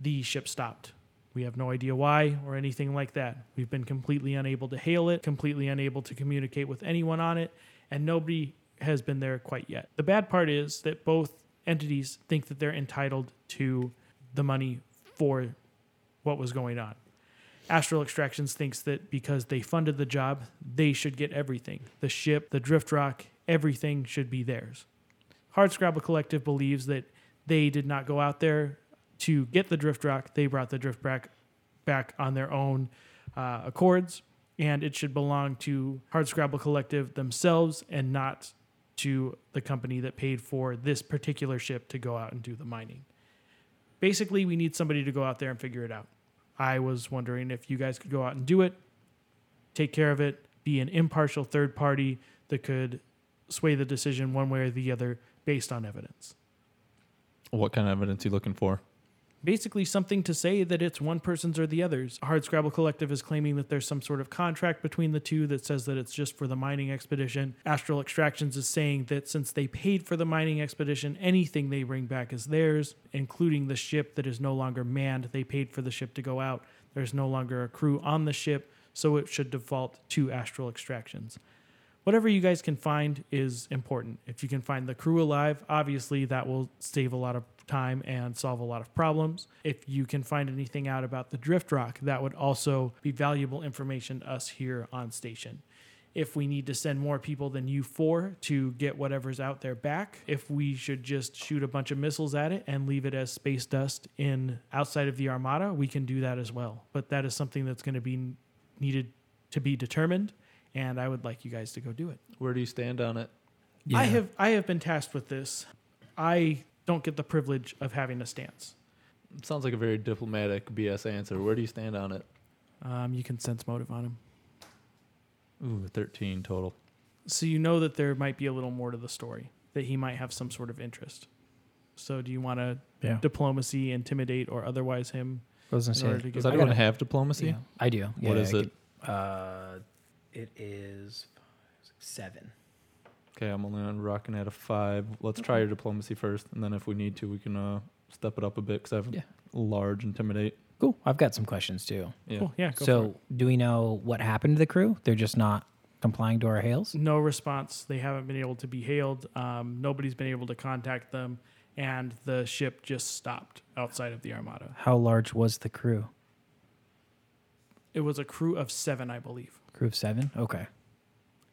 S2: the ship stopped. We have no idea why or anything like that. We've been completely unable to hail it, completely unable to communicate with anyone on it, and nobody has been there quite yet. The bad part is that both entities think that they're entitled to the money for what was going on. Astral Extractions thinks that because they funded the job, they should get everything. The ship, the drift rock, everything should be theirs. Hardscrabble Collective believes that they did not go out there to get the drift rock. They brought the drift rock back on their own uh, accords, and it should belong to Hardscrabble Collective themselves and not to the company that paid for this particular ship to go out and do the mining. Basically, we need somebody to go out there and figure it out. I was wondering if you guys could go out and do it, take care of it, be an impartial third party that could sway the decision one way or the other based on evidence.
S3: What kind of evidence you looking for?
S2: Basically, something to say that it's one person's or the other's. Hardscrabble Collective is claiming that there's some sort of contract between the two that says that it's just for the mining expedition. Astral Extractions is saying that since they paid for the mining expedition, anything they bring back is theirs, including the ship that is no longer manned. They paid for the ship to go out. There's no longer a crew on the ship, so it should default to Astral Extractions whatever you guys can find is important. If you can find the crew alive, obviously that will save a lot of time and solve a lot of problems. If you can find anything out about the drift rock, that would also be valuable information to us here on station. If we need to send more people than you four to get whatever's out there back, if we should just shoot a bunch of missiles at it and leave it as space dust in outside of the armada, we can do that as well. But that is something that's going to be needed to be determined and I would like you guys to go do it.
S3: Where do you stand on it?
S4: Yeah.
S2: I have I have been tasked with this. I don't get the privilege of having a stance.
S3: Sounds like a very diplomatic BS answer. Where do you stand on it?
S2: Um, you can sense motive on him,
S3: Ooh, 13 total.
S2: so you know that there might be a little more to the story that he might have some sort of interest. So, do you want to
S4: Yeah.
S2: diplomacy, intimidate, or otherwise him
S4: I was gonna
S2: in
S4: say,
S2: order to get?
S3: Does
S2: back?
S3: anyone
S4: gotta-
S3: have diplomacy?
S4: yeah, I do. Yeah,
S3: What is
S4: I
S3: it?
S4: could- uh, it is seven.
S3: Okay, I'm only on rocking at a five. Let's try your diplomacy first, and then if we need to, we can uh, step it up a bit because I have
S4: Yeah.
S3: large intimidate.
S4: Cool. I've got some questions too.
S3: Yeah.
S2: Cool, yeah. Go for it.
S4: so, do we know what happened to the crew? They're just not complying to our hails.
S2: no response. They haven't been able to be hailed. Um, nobody's been able to contact them, and the ship just stopped outside of the armada.
S4: How large was the crew?
S2: It was a crew of seven, I believe.
S4: Crew of seven. Okay.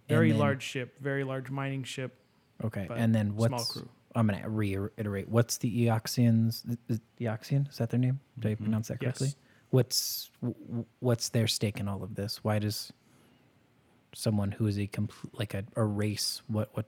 S2: Very
S4: then-
S2: large ship, very large mining ship,
S4: Okay.
S2: but
S4: and then what's?
S2: small crew.
S4: I'm gonna reiterate. What's the Eoxians? Is Eoxian is that their name? Did I pronounce that correctly?
S2: Yes.
S4: What's w- w- what's their stake in all of this? Why does someone who is a compl- like a, a race? What what?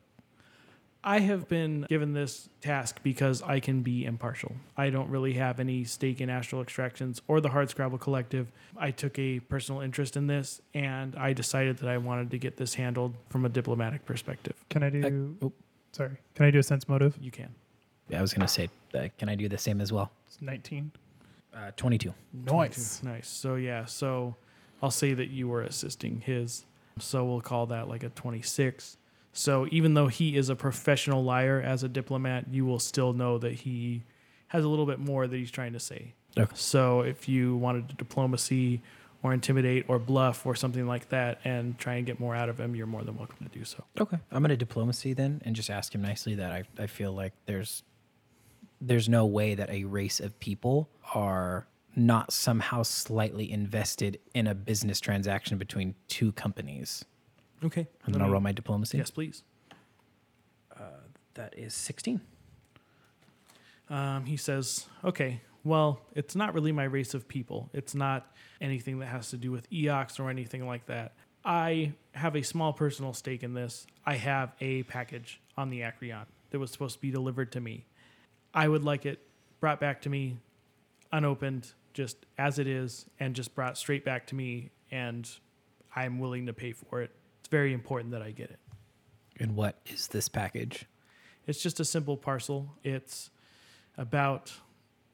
S2: I have been given this task because I can be impartial. I don't really have any stake in Astral Extractions or the Hardscrabble Collective. I took a personal interest in this and I decided that I wanted to get this handled from a diplomatic perspective.
S5: Can I do
S4: oh.
S5: Sorry. Can I do a sense motive?
S2: You can.
S4: I was gonna say, uh, can I do the same as well?
S5: It's 19.
S4: Uh, Twenty-two.
S5: Nice.
S2: Nice. So yeah. So I'll say that you were assisting his. So we'll call that like a 26. So even though he is a professional liar as a diplomat, you will still know that he has a little bit more that he's trying to say.
S4: Okay.
S2: So if you wanted to diplomacy or intimidate or bluff or something like that and try and get more out of him, you're more than welcome to do so.
S4: Okay. I'm gonna diplomacy then, and just ask him nicely that I, I feel like there's there's no way that a race of people are not somehow slightly invested in a business transaction between two companies.
S2: Okay.
S4: And then I'll roll my diplomacy.
S2: Yes, please.
S4: Uh, That is sixteen.
S2: um, he says, okay, well, it's not really my race of people. It's not anything that has to do with EOX or anything like that. I have a small personal stake in this. I have a package on the Acreon that was supposed to be delivered to me. I would like it brought back to me unopened, just as it is, and just brought straight back to me, and I'm willing to pay for it. It's very important that I get it.
S4: And what is this package?
S2: It's just a simple parcel. It's about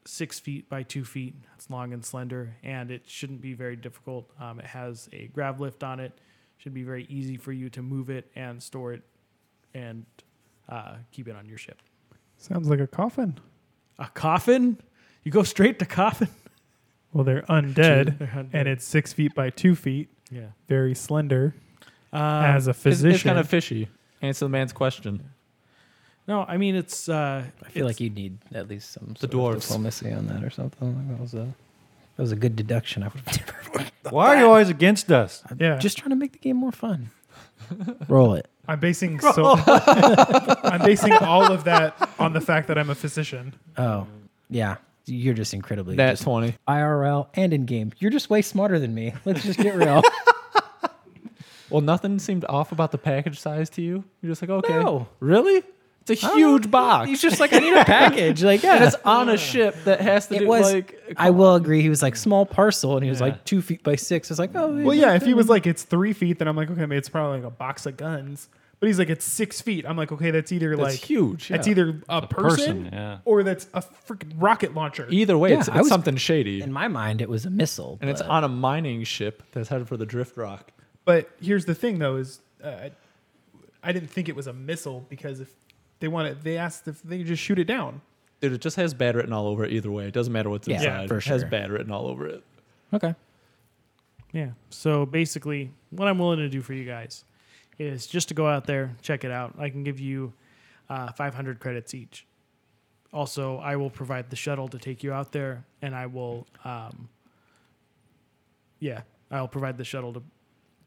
S2: six feet by two feet. It's long and slender, and it shouldn't be very difficult. Um, it has a grav lift on it. Should be very easy for you to move it and store it, and uh, keep it on your ship.
S5: Sounds like a coffin.
S2: A coffin? You go straight to coffin?
S5: Well, they're undead,
S2: They're undead.
S5: and it's six feet by two feet,
S2: Yeah.
S5: very slender.
S2: Um,
S5: As a
S3: It's,
S5: physician,
S3: kind of fishy. Answer the man's question.
S2: no, I mean it's. Uh,
S4: I feel like you'd need at least some sort of
S3: dwarves.
S4: diplomacy on that or something. That was a that was a good deduction. I would
S1: Why are you always against us?
S5: yeah.
S4: just trying to make the game more fun. Roll it.
S5: I'm basing so I'm basing all of that on the fact that I'm a physician.
S4: Oh, yeah. You're just incredibly
S3: That's
S4: just
S3: twenty.
S4: IRL and in game. You're just way smarter than me. Let's just get real.
S3: Well, nothing seemed off about the package size to you. You're just like, okay,
S4: No.
S3: really? It's a huge box.
S4: He's just like, I need a package. Like, yeah,
S3: and it's on a ship that has to
S4: it
S3: do
S4: was.
S3: like.
S4: I will agree. He was like small parcel, and he was like two feet by six. It's like, oh,
S5: Well, yeah. If he was like it's three feet, then I'm like, okay, maybe it's probably like a box of guns. But he's like it's six feet. I'm like, okay, that's either
S3: That's
S5: like
S3: huge,
S5: That's
S3: yeah.
S5: either a, person,
S1: person, yeah.
S5: or that's a freaking rocket launcher.
S3: Either way,
S4: Yeah,
S3: it's,
S4: I
S3: it's
S4: was-
S3: something shady,
S4: In
S3: and,
S4: my mind, it was a missile,
S3: it's
S4: but-
S3: on a mining ship that's headed for the drift rock.
S5: But here's the thing, though, is uh, I didn't think it was a missile because if they want it, they asked if they could just shoot it down.
S3: Dude, it just has bad written all over it. Either way, it doesn't matter what's
S4: Yeah,
S3: inside.
S4: for
S3: it has
S4: sure.
S3: bad written all over it.
S4: okay.
S2: Yeah. So basically, what I'm willing to do for you guys is just to go out there, check it out. I can give you uh, 500 credits each. Also, I will provide the shuttle to take you out there, and I will, um, yeah, I'll provide the shuttle to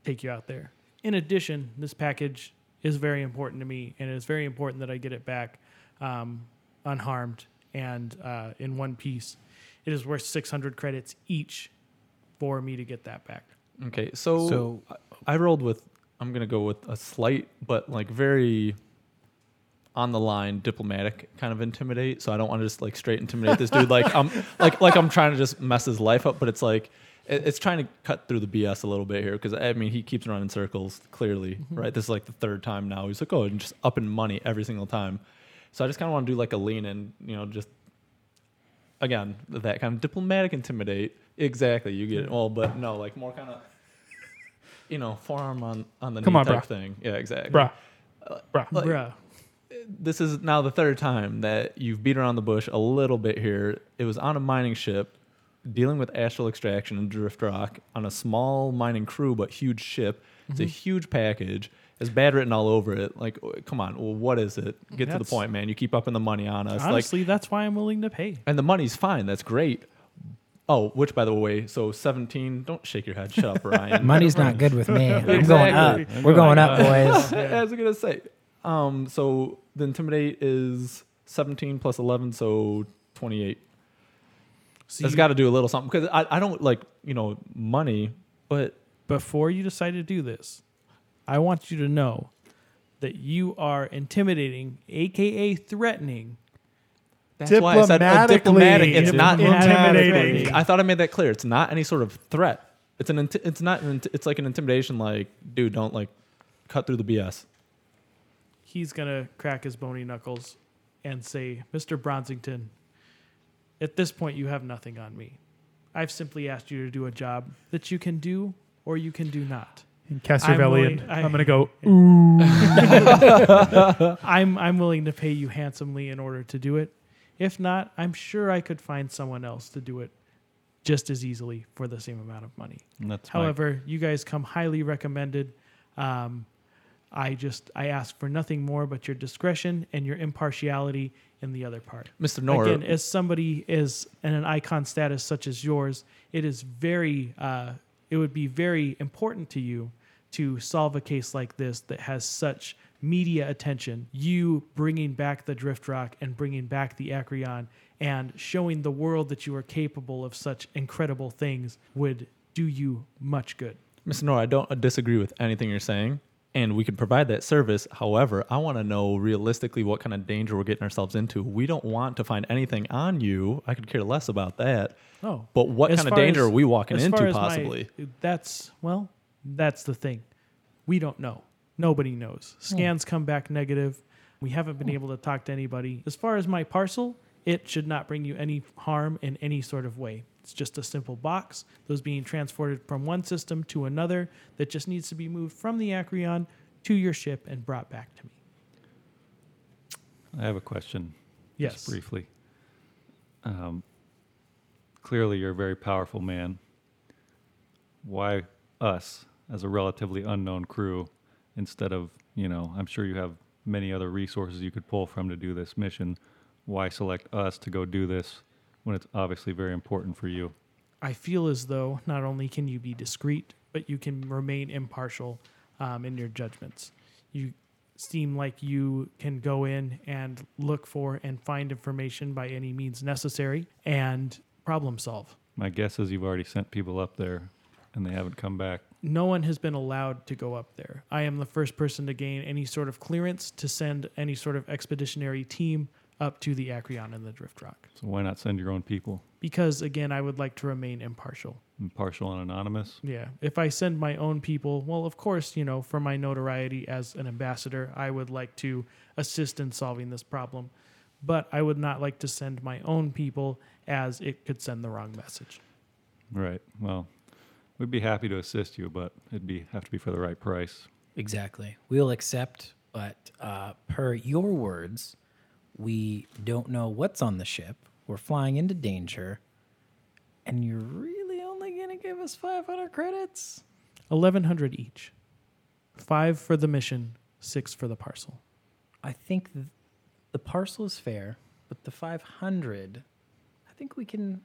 S2: take you out there. In addition, this package is very important to me, and it's very important that I get it back um, unharmed and uh, in one piece. It is worth 600 credits each for me to get that back.
S3: Okay, so,
S4: So-
S3: I I rolled with. I'm gonna go with a slight, but like very on the line, diplomatic kind of intimidate. So I don't want to just like straight intimidate this dude. Like I'm like like I'm trying to just mess his life up, but it's like it- it's trying to cut through the BS a little bit here because I mean he keeps running in circles clearly,
S5: Mm-hmm.
S3: right? This is like the third time now. He's like, oh, and just up in money every single time. So I just kind of want to do like a lean in, you know, just again that kind of diplomatic intimidate. Exactly, you get it. Well, but no, like more kind of you know forearm on on the
S5: Come
S3: knee
S5: on,
S3: type
S5: brah.
S3: thing. Yeah, exactly.
S5: Bruh. Bruh.
S3: Like-
S2: Bruh.
S3: This is now the third time that you've beat around the bush a little bit here. It was on a mining ship dealing with astral extraction and drift rock on a small mining crew but huge ship. It's a
S2: Mm-hmm.
S3: huge package. It's bad written all over it. Like, oh, come on, well, what is it? Get to
S2: Mm-hmm. That's-
S3: the point, man. You keep upping the money on us. like,
S2: Honestly, that's why I'm willing to pay.
S3: and the money's fine. That's great. Oh, which by the way, so 17, don't shake your head. Shut up, Ryan.
S4: Money's not good with me. I'm going up.
S3: Exactly.
S4: We're going up, boys.
S3: I was gonna say. Um, so the intimidate is seventeen plus eleven, so twenty-eight.
S2: So
S3: That's
S2: you-
S3: got to do a little something because I, I don't like you know money, but
S2: before you decide to do this, I want you to know that you are intimidating, aka threatening.
S3: that's why I said a diplomatic. It's not
S2: Diplomatic.
S5: intimidating.
S3: I thought I made that clear. It's not any sort of threat. It's an. Inti- it's not. An, inti- it's like an intimidation. Like, dude, don't like cut through the BS.
S2: he's gonna crack his bony knuckles and say, Mr. Bronsington, at this point you have nothing on me. I've simply asked you to do a job that you can do or you can do not.
S5: In
S2: willing-
S5: Castlevania,
S2: I-
S5: I'm, gonna go.
S2: I'm I'm willing to pay you handsomely in order to do it. If not, I'm sure I could find someone else to do it just as easily for the same amount of money.
S1: And that's my-
S2: However, you guys come highly recommended. Um, I just I ask for nothing more but your discretion and your impartiality in the other part.
S3: Mr. Nor.
S2: Again, as somebody is in an icon status such as yours, it is very, uh, it would be very important to you to solve a case like this that has such media attention. You bringing back the Drift Rock and bringing back the Acreon and showing the world that you are capable of such incredible things would do you much good.
S3: Mr. Nor, I don't disagree with anything you're saying, and we can provide that service. However, I want to know realistically what kind of danger we're getting ourselves into. We don't want to find anything on you. I could care less about that.
S2: Oh,
S3: But what
S2: As
S3: kind of
S2: far
S3: danger
S2: as-
S3: are we walking
S2: as far
S3: into,
S2: as my-
S3: possibly?
S2: that's well, that's the thing. We don't know. Nobody knows. Scans come back negative. We haven't been able to talk to anybody. As far as my parcel, it should not bring you any harm in any sort of way. It's just a simple box that was being transported from one system to another that just needs to be moved from the Acreon to your ship and brought back to me.
S1: I have a question.
S2: Yes.
S1: Just briefly. Um, clearly, you're a very powerful man. Why us, as a relatively unknown crew, instead of, you know, I'm sure you have many other resources you could pull from to do this mission. Why select us to go do this when it's obviously very important for you?
S2: I feel as though not only can you be discreet, but you can remain impartial um, in your judgments. You seem like you can go in and look for and find information by any means necessary and problem solve.
S1: My guess is you've already sent people up there and they haven't come back.
S2: No one has been allowed to go up there. I am the first person to gain any sort of clearance to send any sort of expeditionary team up to the Acreon and the Drift Rock.
S1: So why not send your own people?
S2: Because again, I would like to remain impartial.
S1: Impartial and anonymous?
S2: Yeah. If I send my own people, well, of course, you know, for my notoriety as an ambassador, I would like to assist in solving this problem. But I would not like to send my own people as it could send the wrong message.
S1: Right. Well, we'd be happy to assist you, but it'd be have to be for the right price.
S4: Exactly. We'll accept, but uh, per your words, we don't know what's on the ship. We're flying into danger, and you're really only going to give us 500 credits?
S2: 1100 each. Five for the mission, six for the parcel.
S4: I think th- the parcel is fair, but the 500, I think we can.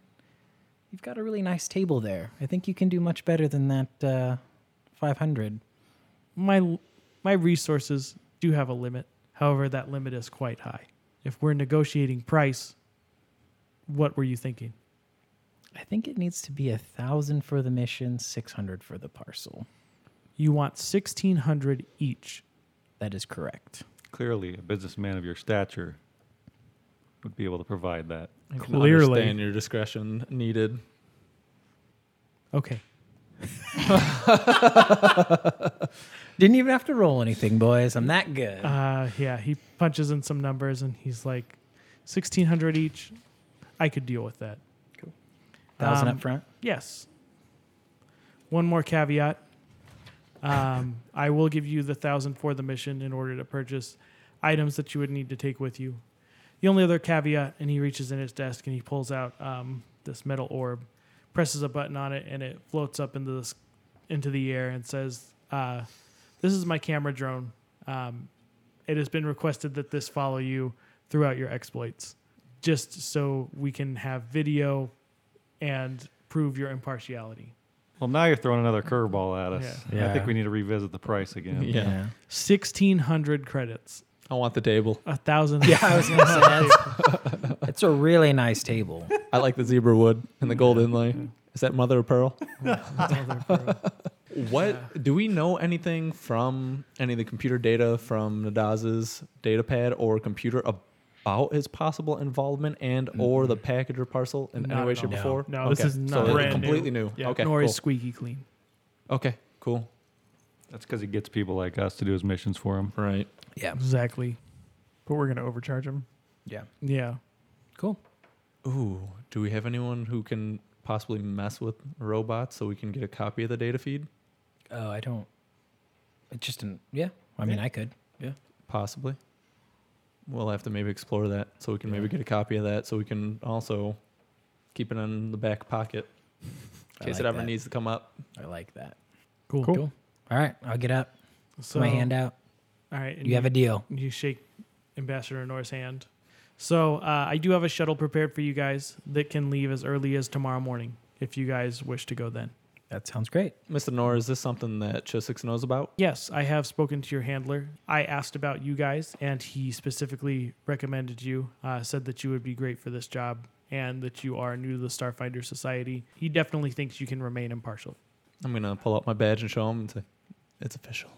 S4: You've got a really nice table there. I think you can do much better than that uh, 500.
S2: My, my resources do have a limit. However, that limit is quite high. If we're negotiating price, what were you thinking?
S4: I think it needs to be a thousand for the mission, 600 for the parcel.
S2: You want 1600 each.
S4: That is correct.
S1: Clearly, a businessman of your stature would be able to provide that.
S3: I can
S5: Clearly.
S3: understand your discretion needed.
S2: Okay.
S4: Didn't even have to roll anything, boys. I'm that good.
S2: Uh, yeah, he punches in some numbers and he's like, sixteen hundred each. I could deal with that.
S4: Thousand
S2: um,
S4: up front.
S2: Yes. One more caveat. Um, I will give you the thousand for the mission in order to purchase items that you would need to take with you. The only other caveat, and he reaches in his desk and he pulls out um, this metal orb, presses a button on it, and it floats up into the s- into the air and says, uh, "This is my camera drone. Um, it has been requested that this follow you throughout your exploits, just so we can have video and prove your impartiality."
S1: Well, now you're throwing another curveball at us.
S4: Yeah.
S1: I think
S4: Yeah.
S1: we need to revisit the price again.
S3: Yeah.
S2: Sixteen hundred credits,
S3: I want the table.
S2: a thousand.
S4: Yeah, I was gonna say that's, it's a really nice table.
S3: I like the zebra wood and the gold inlay. Is that mother of pearl? What do we know anything from any of the computer data from Nadaz's datapad or computer about his possible involvement and or
S5: Mm-hmm.
S3: the package or parcel in
S2: Not
S3: any way,
S2: at
S3: shape,
S4: all.
S3: or form?
S5: No, this is
S3: So
S5: not
S3: it's
S5: brand
S3: completely new.
S5: Yeah.
S3: Okay,
S2: nor
S3: cool.
S2: is squeaky clean.
S3: okay, cool.
S1: That's because he gets people like us to do his missions for him.
S3: Right.
S4: Yeah.
S5: Exactly. But we're gonna overcharge him.
S4: Yeah.
S5: Yeah.
S4: Cool.
S3: Ooh, do we have anyone who can possibly mess with robots so we can get a copy of the data feed?
S4: Oh, I don't. It just didn't. Yeah. I mean, I could.
S3: Possibly. We'll have to maybe explore that so we can maybe get a copy of that so we can also keep it in the back pocket
S4: I
S3: in case
S4: like
S3: it ever
S4: that.
S3: needs to come up.
S4: I like that.
S5: Cool.
S4: Cool. All right. I'll get up.
S2: So,
S4: Put my hand out.
S2: All right. and
S4: You have a deal.
S2: you shake Ambassador Nor's hand. So uh, I do have a shuttle prepared for you guys that can leave as early as tomorrow morning if you guys wish to go then.
S4: That sounds great.
S3: Mr. Nor, is this something that Chisix knows about?
S2: Yes, I have spoken to your handler. I asked about you guys, and he specifically recommended you, uh, said that you would be great for this job and that you are new to the Starfinder Society. He definitely thinks you can remain impartial.
S3: I'm going to pull out my badge and show him and say, it's official.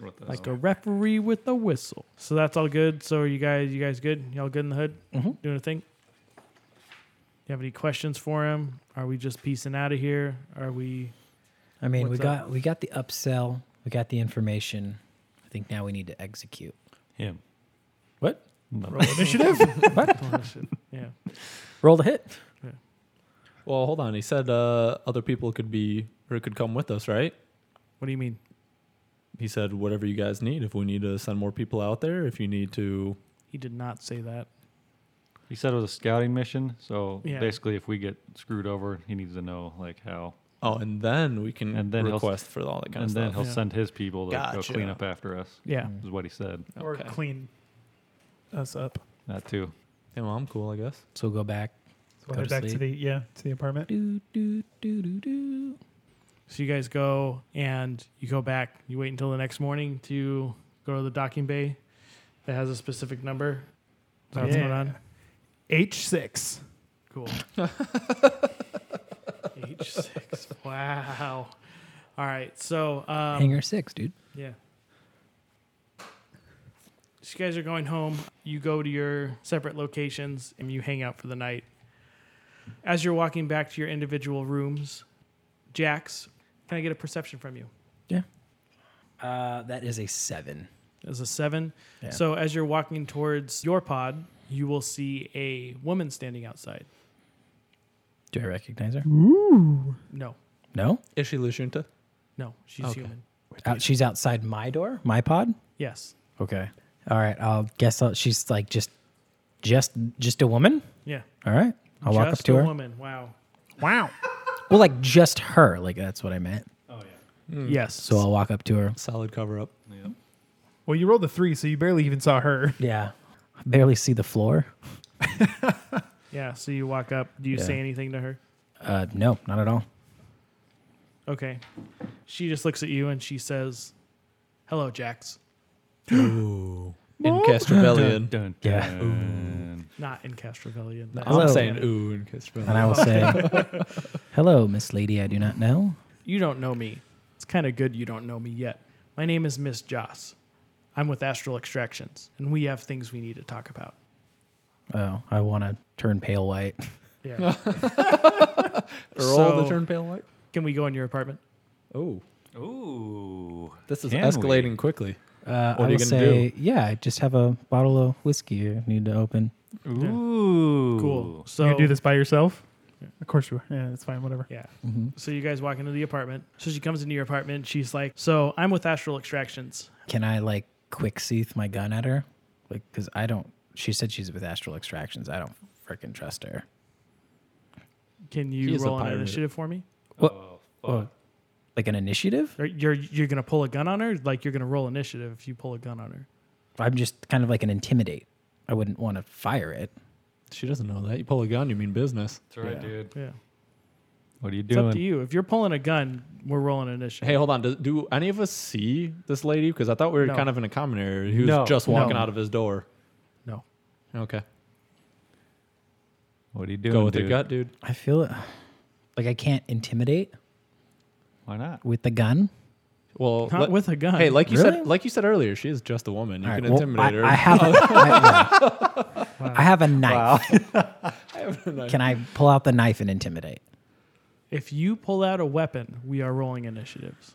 S1: What the
S2: Like a referee with a whistle. So that's all good. So are you guys you guys good? Y'all good in the hood?
S4: Mhm.
S2: Doing a thing? You have any questions for him? Are we just piecing out of here? Are we
S4: I mean,
S2: What's
S4: we got we got the upsell. We got the information. I think now we need to execute.
S1: him.
S4: What?
S1: No.
S2: roll initiative? yeah.
S4: Roll the hit.
S3: Well, hold on. He said uh, other people could be or could come with us, right?
S2: What do you mean?
S3: He said whatever you guys need. If we need to send more people out there, if you need to,
S2: He did not say that.
S1: He said it was a scouting mission, so
S2: Yeah.
S1: basically, if we get screwed over, he needs to know like how,
S3: oh, and then we can
S1: And then he'll-
S3: request for all that kind
S1: and
S3: of
S1: then
S3: stuff.
S1: he'll
S2: Yeah.
S1: send his people to go
S3: Gotcha.
S1: clean up after us.
S2: Yeah.
S4: Mm.
S1: Is what he said.
S5: Or
S3: Okay.
S5: clean us up.
S1: That too.
S3: Yeah, well, I'm cool, I guess.
S4: So we'll go back.
S5: So we'll
S4: Go
S5: head
S4: to
S5: back to
S4: sleep.
S5: the yeah to the apartment.
S4: Do do do do do.
S2: So you guys go and you go back. You wait until the next morning to go to the docking bay that has a specific number. Is that what's going on?
S5: H six.
S2: Cool. H6. Wow. All right. So, um,
S4: Hangar six, dude.
S2: yeah. So you guys are going home. You go to your separate locations and you hang out for the night. As you're walking back to your individual rooms, Jax, can I get a perception from you?
S4: Uh, that is a seven.
S2: is a seven.
S4: Yeah.
S2: So as you're walking towards your pod, you will see a woman standing outside.
S4: Do I recognize her?
S2: No,
S4: No.
S3: Is she Lushunta?
S2: no, she's
S3: Okay.
S2: human.
S4: Out, she's outside my door, my pod.
S2: Yes,
S4: Okay. All right. I'll guess I'll, she's like just, just, just a woman.
S2: yeah.
S4: All right. I'll walk up
S2: Just
S4: to
S2: a
S4: her.
S2: woman. Wow, wow.
S4: Well, like just her. Like that's what I meant.
S3: Mm.
S2: Yes.
S4: So I'll walk up to her.
S3: Solid cover up.
S5: Well, you rolled a three, so you barely even saw her.
S4: Yeah. I barely see the floor.
S2: yeah. So you walk up. Do you
S4: Yeah.
S2: say anything to her?
S4: Uh, no, not at all.
S2: Okay. She just looks at you and she says, "Hello, Jax."
S3: Ooh. In Castrovelian.
S1: Dun,
S4: Yeah.
S1: dun.
S2: Not in Um, Castrovillian.
S4: Hello.
S3: I'm saying ooh in Castrovelian.
S4: And I will say, "Hello, Miss Lady. I do not know."
S2: You don't know me. It's kind of good you don't know me yet. My name is Miss Joss. I'm with Astral Extractions, and we have things we need to talk about.
S4: Oh, I want to turn pale white.
S2: Yeah.
S3: Are all the
S2: So-
S3: turn pale white?
S2: Can we go in your apartment?
S3: Oh.
S1: Ooh.
S3: This is
S1: Can we?
S3: escalating quickly.
S4: Uh,
S3: What are
S4: I
S3: you
S4: will
S3: gonna
S4: say, yeah, I just have a bottle of whiskey I need to open.
S1: Ooh.
S2: Cool.
S5: you
S2: So
S5: gonna do this by yourself? Of course you. Are. Yeah, that's fine. Whatever.
S2: Yeah.
S3: Mm-hmm.
S2: So you guys walk into the apartment. So she comes into your apartment. She's like, "So I'm with Astral Extractions.
S4: Can I like quick seethe my gun at her? Like, because I don't. She said she's with Astral Extractions. I don't freaking trust her.
S2: Can
S3: She
S2: you
S3: is a
S2: roll an
S3: pirate.
S2: initiative for me?
S1: Oh,
S4: Well, like an initiative?
S2: Or you're you're gonna pull a gun on her? Like you're gonna roll initiative if you pull a gun on her?
S4: I'm just kind of like an intimidate. I wouldn't want to fire it.
S3: She doesn't know that. You pull a gun, you mean business.
S1: That's right,
S4: Yeah.
S1: dude.
S2: Yeah.
S1: What are you
S2: It's up to
S1: doing?
S2: you. If you're pulling a gun, we're rolling initiative.
S3: Hey, hold on. Do, do any of us see this lady? Because I thought we were
S2: No.
S3: kind of in a common area. He was
S1: No.
S3: just walking
S2: No.
S3: out of his door.
S2: No.
S3: Okay.
S1: What are you doing?
S3: Go with
S1: dude?
S3: your gut, dude.
S4: I feel like I can't intimidate
S1: Why not?
S4: with the gun.
S3: Well,
S2: Not
S3: let-
S2: with a gun.
S3: hey, like you
S4: Really?
S3: said, like you said earlier, she is just a woman. You
S4: All right,
S3: can
S4: well,
S3: intimidate
S4: I,
S3: her.
S4: I have. A, I, yeah. I have a knife. Can I pull out the knife and intimidate?
S2: if you pull out a weapon, we are rolling initiatives.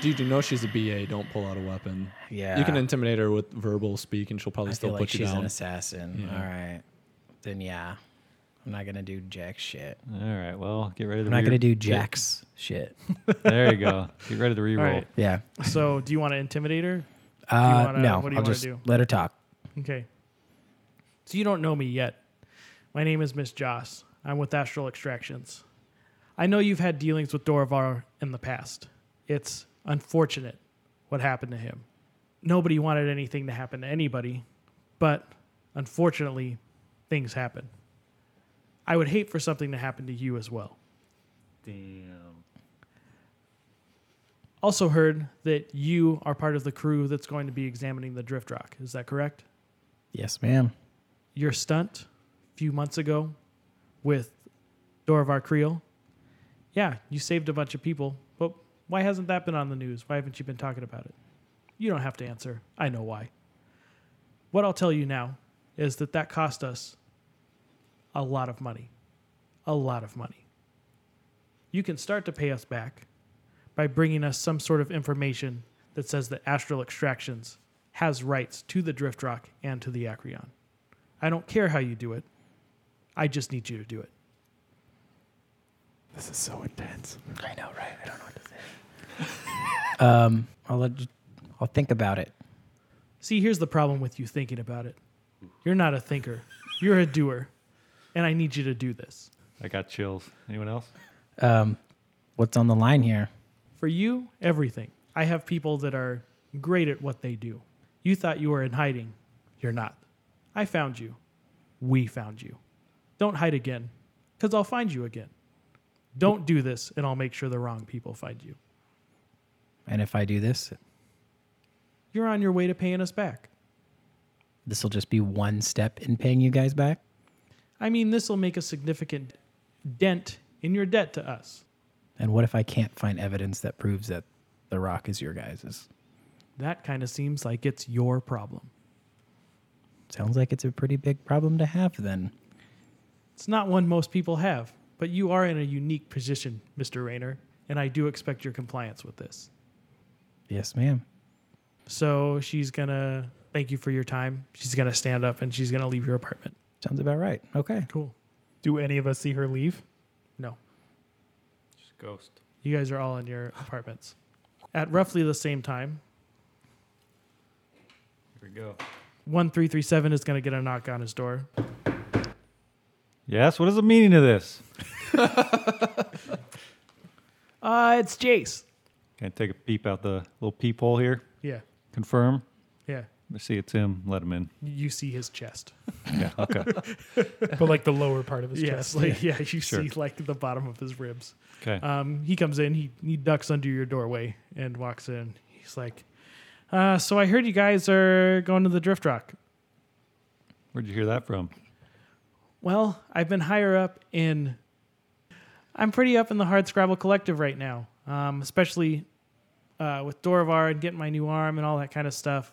S3: dude, you know she's a BA. Don't pull out a weapon.
S4: Yeah.
S3: You can intimidate her with verbal speak, and she'll probably
S4: I
S3: still
S4: feel
S3: put
S4: like
S3: you
S4: she's
S3: down.
S4: an assassin. All right. Then yeah. I'm not gonna do jack shit.
S1: All right. Well, get ready to.
S4: I'm not
S1: re-
S4: gonna do jack's shit.
S1: There you go. Get ready to reroll.
S2: All
S1: roll
S2: right.
S4: Yeah.
S2: So, do you want to intimidate her?
S4: Uh,
S2: wanna-
S4: no.
S2: what do you
S4: I'll
S2: wanna
S4: just
S2: do?
S4: let her talk.
S2: Okay. So you don't know me yet. My name is Miss Joss. I'm with Astral Extractions. I know you've had dealings with Dorovar in the past. It's unfortunate what happened to him. Nobody wanted anything to happen to anybody, but unfortunately, things happen. I would hate for something to happen to you as well.
S1: Damn.
S2: Also heard that you are part of the crew that's going to be examining the drift rock. Is that correct?
S4: Yes, ma'am.
S2: your stunt a few months ago with Dorovar Creel. Yeah, you saved a bunch of people, but why hasn't that been on the news? Why haven't you been talking about it? You don't have to answer. I know why. What I'll tell you now is that that cost us a lot of money. A lot of money. You can start to pay us back by bringing us some sort of information that says that Astral Extractions has rights to the Drift Rock and to the Acreon. I don't care how you do it. I just need you to do it.
S5: This is so intense.
S4: I know, right? I don't know what to say. um, I'll let you, I'll think about it.
S2: See, here's the problem with you thinking about it. You're not a thinker, you're a doer. And I need you to do this.
S1: I got chills. Anyone else?
S4: Um, what's on the line here?
S2: For you, everything. I have people that are great at what they do. You thought you were in hiding. You're not. I found you. We found you. Don't hide again, because I'll find you again. Don't do this, and I'll make sure the wrong people find you.
S4: And if I do this,
S2: You're on your way to paying us back.
S4: this will just be one step in paying you guys back.
S2: I mean, this will make a significant dent in your debt to us.
S4: And what if I can't find evidence that proves that the rock is your guys's?
S2: That kind of seems like it's your problem.
S4: Sounds like it's a pretty big problem to have then.
S2: It's not one most people have, but you are in a unique position, Mr. Rayner, and I do expect your compliance with this.
S4: Yes, ma'am.
S2: So she's going to thank you for your time. She's going to stand up and she's going to leave your apartment.
S4: Sounds about right. Okay.
S2: Cool.
S5: Do any of us see her leave?
S2: No,
S1: Just ghost.
S2: you guys are all in your apartments. At roughly the same time,
S1: Here we go.
S2: 1337 is going to get a knock on his door.
S1: Yes. What is the meaning of this?
S2: Uh, it's Jace.
S1: Can I take a peep out the little peephole here?
S2: Yeah.
S1: Confirm.
S2: Yeah.
S1: Let me see. It's him. Let him in.
S2: You see his chest.
S1: Yeah. Okay.
S5: But like the lower part of his
S2: Yes,
S5: chest.
S2: like yeah, you
S1: Sure.
S2: see like the bottom of his ribs.
S1: Okay.
S2: Um, he comes in, he he ducks under your doorway and walks in. He's like, uh, "So I heard you guys are going to the Drift Rock.
S1: Where'd you hear that from?
S2: Well, I've been higher up in. I'm pretty up in the Hard Scrabble Collective right now, um, especially uh, with Dorovar and getting my new arm and all that kind of stuff.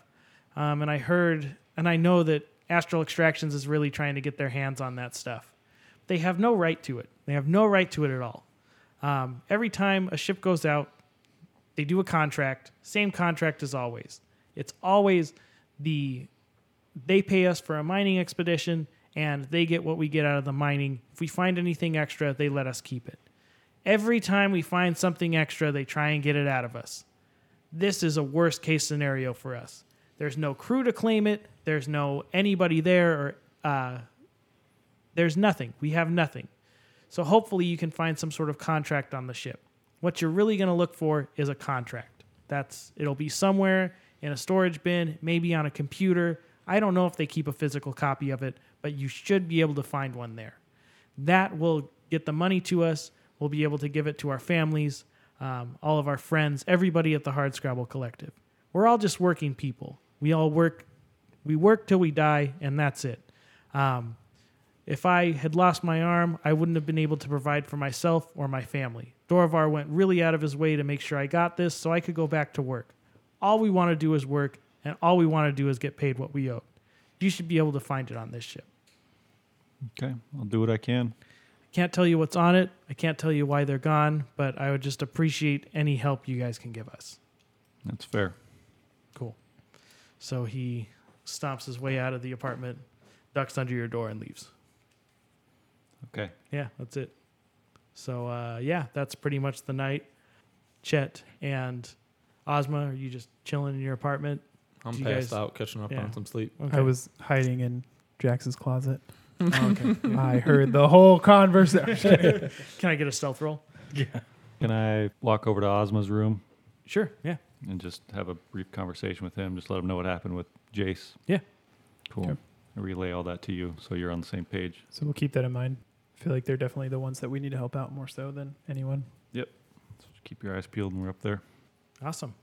S2: Um, and I heard, and I know that Astral Extractions is really trying to get their hands on that stuff. They have no right to it. They have no right to it at all. Um, every time a ship goes out, they do a contract, same contract as always. It's always the they pay us for a mining expedition and they get what we get out of the mining. If we find anything extra, they let us keep it. Every time we find something extra, they try and get it out of us. This is a worst case scenario for us. There's no crew to claim it, there's no anybody there, or uh, there's nothing. We have nothing. So hopefully you can find some sort of contract on the ship. What you're really going to look for is a contract. That's it'll be somewhere in a storage bin, maybe on a computer. I don't know if they keep a physical copy of it, but you should be able to find one there. That will get the money to us. We'll be able to give it to our families, um, all of our friends, everybody at the Hardscrabble Collective. We're all just working people. We all work. We work till we die, and that's it. Um, if I had lost my arm, I wouldn't have been able to provide for myself or my family. Dorvar went really out of his way to make sure I got this so I could go back to work. All we want to do is work, and all we want to do is get paid what we owed. You should be able to find it on this ship.
S1: Okay. I'll do what I can.
S2: Can't tell you what's on it. I can't tell you why they're gone, but I would just appreciate any help you guys can give us.
S1: That's fair.
S2: Cool. So he stomps his way out of the apartment, ducks under your door, and leaves.
S1: Okay.
S2: Yeah, that's it. So uh, yeah, that's pretty much the night. Chet and Ozma, are you just chilling in your apartment?
S3: I'm
S2: Do you
S3: passed
S2: guys-
S3: out, catching up
S2: yeah.
S3: on some sleep.
S2: Okay. Oh,
S5: I was hiding in Jax's closet.
S2: okay.
S5: I heard the whole conversation.
S2: Can I get a stealth roll?
S1: Can I walk over to Ozma's room
S2: Sure. Yeah.
S1: and just have a brief conversation with him? Just let him know what happened with Jace.
S2: Yeah.
S1: Cool.
S5: Sure.
S1: I relay all that to you so you're on the same page.
S5: so we'll keep that in mind. I feel like they're definitely the ones that we need to help out more so than anyone.
S1: So just keep your eyes peeled when we're up there.
S2: Awesome.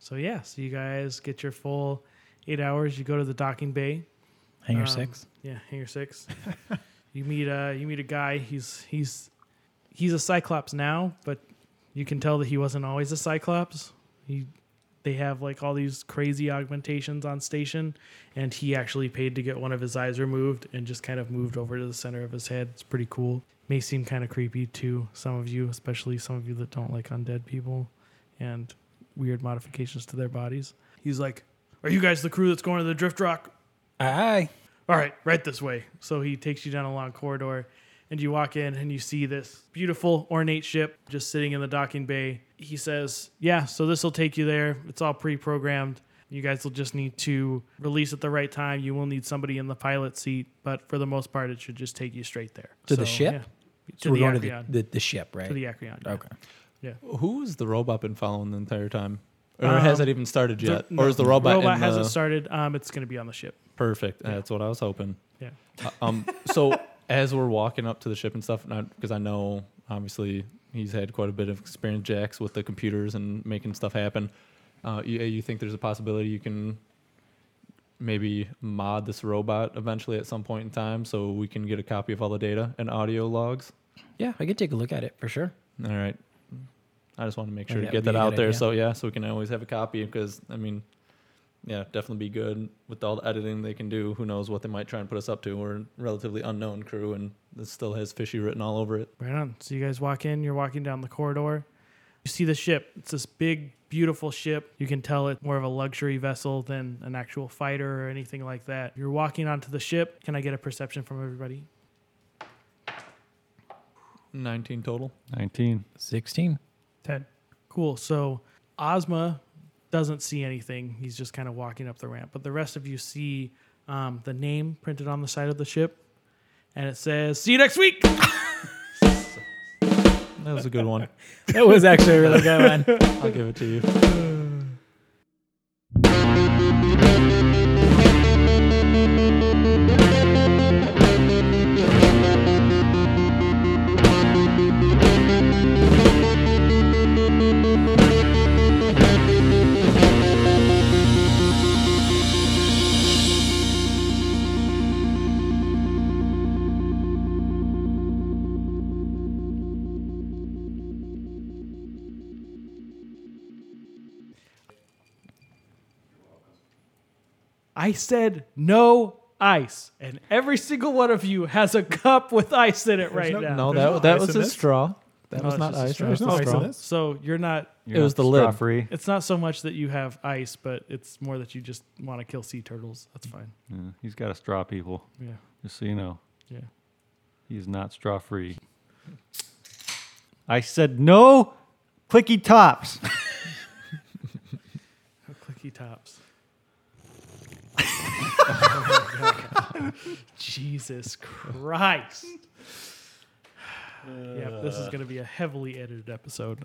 S2: So yeah, so you guys get your full eight hours. You go to the docking bay.
S4: Hanger
S2: Um,
S4: six.
S2: Yeah, hangar six. you meet uh you meet a guy. He's he's he's a cyclops now, but you can tell that he wasn't always a cyclops. He they have like all these crazy augmentations on station, and he actually paid to get one of his eyes removed and just kind of moved over to the center of his head. It's pretty cool. May seem kind of creepy to some of you, especially some of you that don't like undead people and weird modifications to their bodies. He's like, "Are you guys the crew that's going to the drift rock?"
S4: Aye.
S2: all right, right this way. So he takes you down a long corridor and you walk in and you see this beautiful ornate ship just sitting in the docking bay. He says, Yeah, so this will take you there. It's all pre programmed. You guys will just need to release at the right time. You will need somebody in the pilot seat, but for the most part, it should just take you straight there.
S4: To the ship?
S2: yeah.
S4: So
S2: to,
S4: we're
S2: the
S4: going to
S2: Acreon,
S4: the, the, the ship, right?
S2: to the Acreon. yeah.
S4: okay.
S3: Who has the robot been following the entire time? Or
S2: Um,
S3: has it even started
S2: the-
S3: yet?
S2: no,
S3: or is the robot,
S2: robot
S3: in the...
S2: hasn't started? Um, it's going to be on the ship.
S3: Perfect. That's what I was hoping.
S2: Yeah.
S3: Uh, um. So as we're walking up to the ship and stuff, because I, know obviously he's had quite a bit of experience, Jax, with the computers and making stuff happen. Uh, you, you think there's a possibility you can maybe mod this robot eventually at some point in time, so we can get a copy of all the data and audio logs.
S4: Yeah, I could take a look at it for sure.
S3: All right. I just want to make sure
S4: Maybe
S3: to
S4: that would
S3: get
S4: be
S3: that
S4: a
S3: out
S4: good
S3: there.
S4: idea.
S3: So yeah, so we can always have a copy because I mean, yeah, definitely be good with all the editing they can do. Who knows what they might try and put us up to? We're a relatively unknown crew, and this still has fishy written all over it.
S2: Right on. So you guys walk in, you're walking down the corridor. You see the ship. It's this big, beautiful ship. You can tell it's more of a luxury vessel than an actual fighter or anything like that. You're walking onto the ship. Can I get a perception from everybody?
S3: Nineteen total.
S1: 19.
S4: 16.
S5: 10.
S2: Cool. So Ozma doesn't see anything. He's just kind of walking up the ramp. But the rest of you see um, the name printed on the side of the ship. And it says, see you next week.
S3: That was a good one.
S4: That was actually a really good one.
S3: I'll give it to you.
S2: I said no ice, and every single one of you has a cup with ice in it right
S5: no-
S2: now.
S3: No,
S5: There's
S3: that
S5: no
S3: that
S5: ice
S3: was
S5: in
S3: a
S5: this?
S3: straw. That
S2: No,
S3: was
S2: it's
S3: not
S2: just a
S3: ice.
S2: straw.
S3: That
S5: There's
S3: was the
S5: no ice in
S3: straw.
S5: this.
S2: So you're not.
S1: You're
S3: It
S1: not
S3: was the lid.
S1: straw-free.
S2: It's not so much that you have ice, but it's more that you just want to kill sea turtles. That's fine.
S1: Yeah, he's got a straw, people.
S2: Yeah.
S1: Just so you know.
S2: Yeah.
S1: He's not straw free. I said no clicky tops.
S2: Clicky tops. Jesus Christ. yep, this is going to be a heavily edited episode.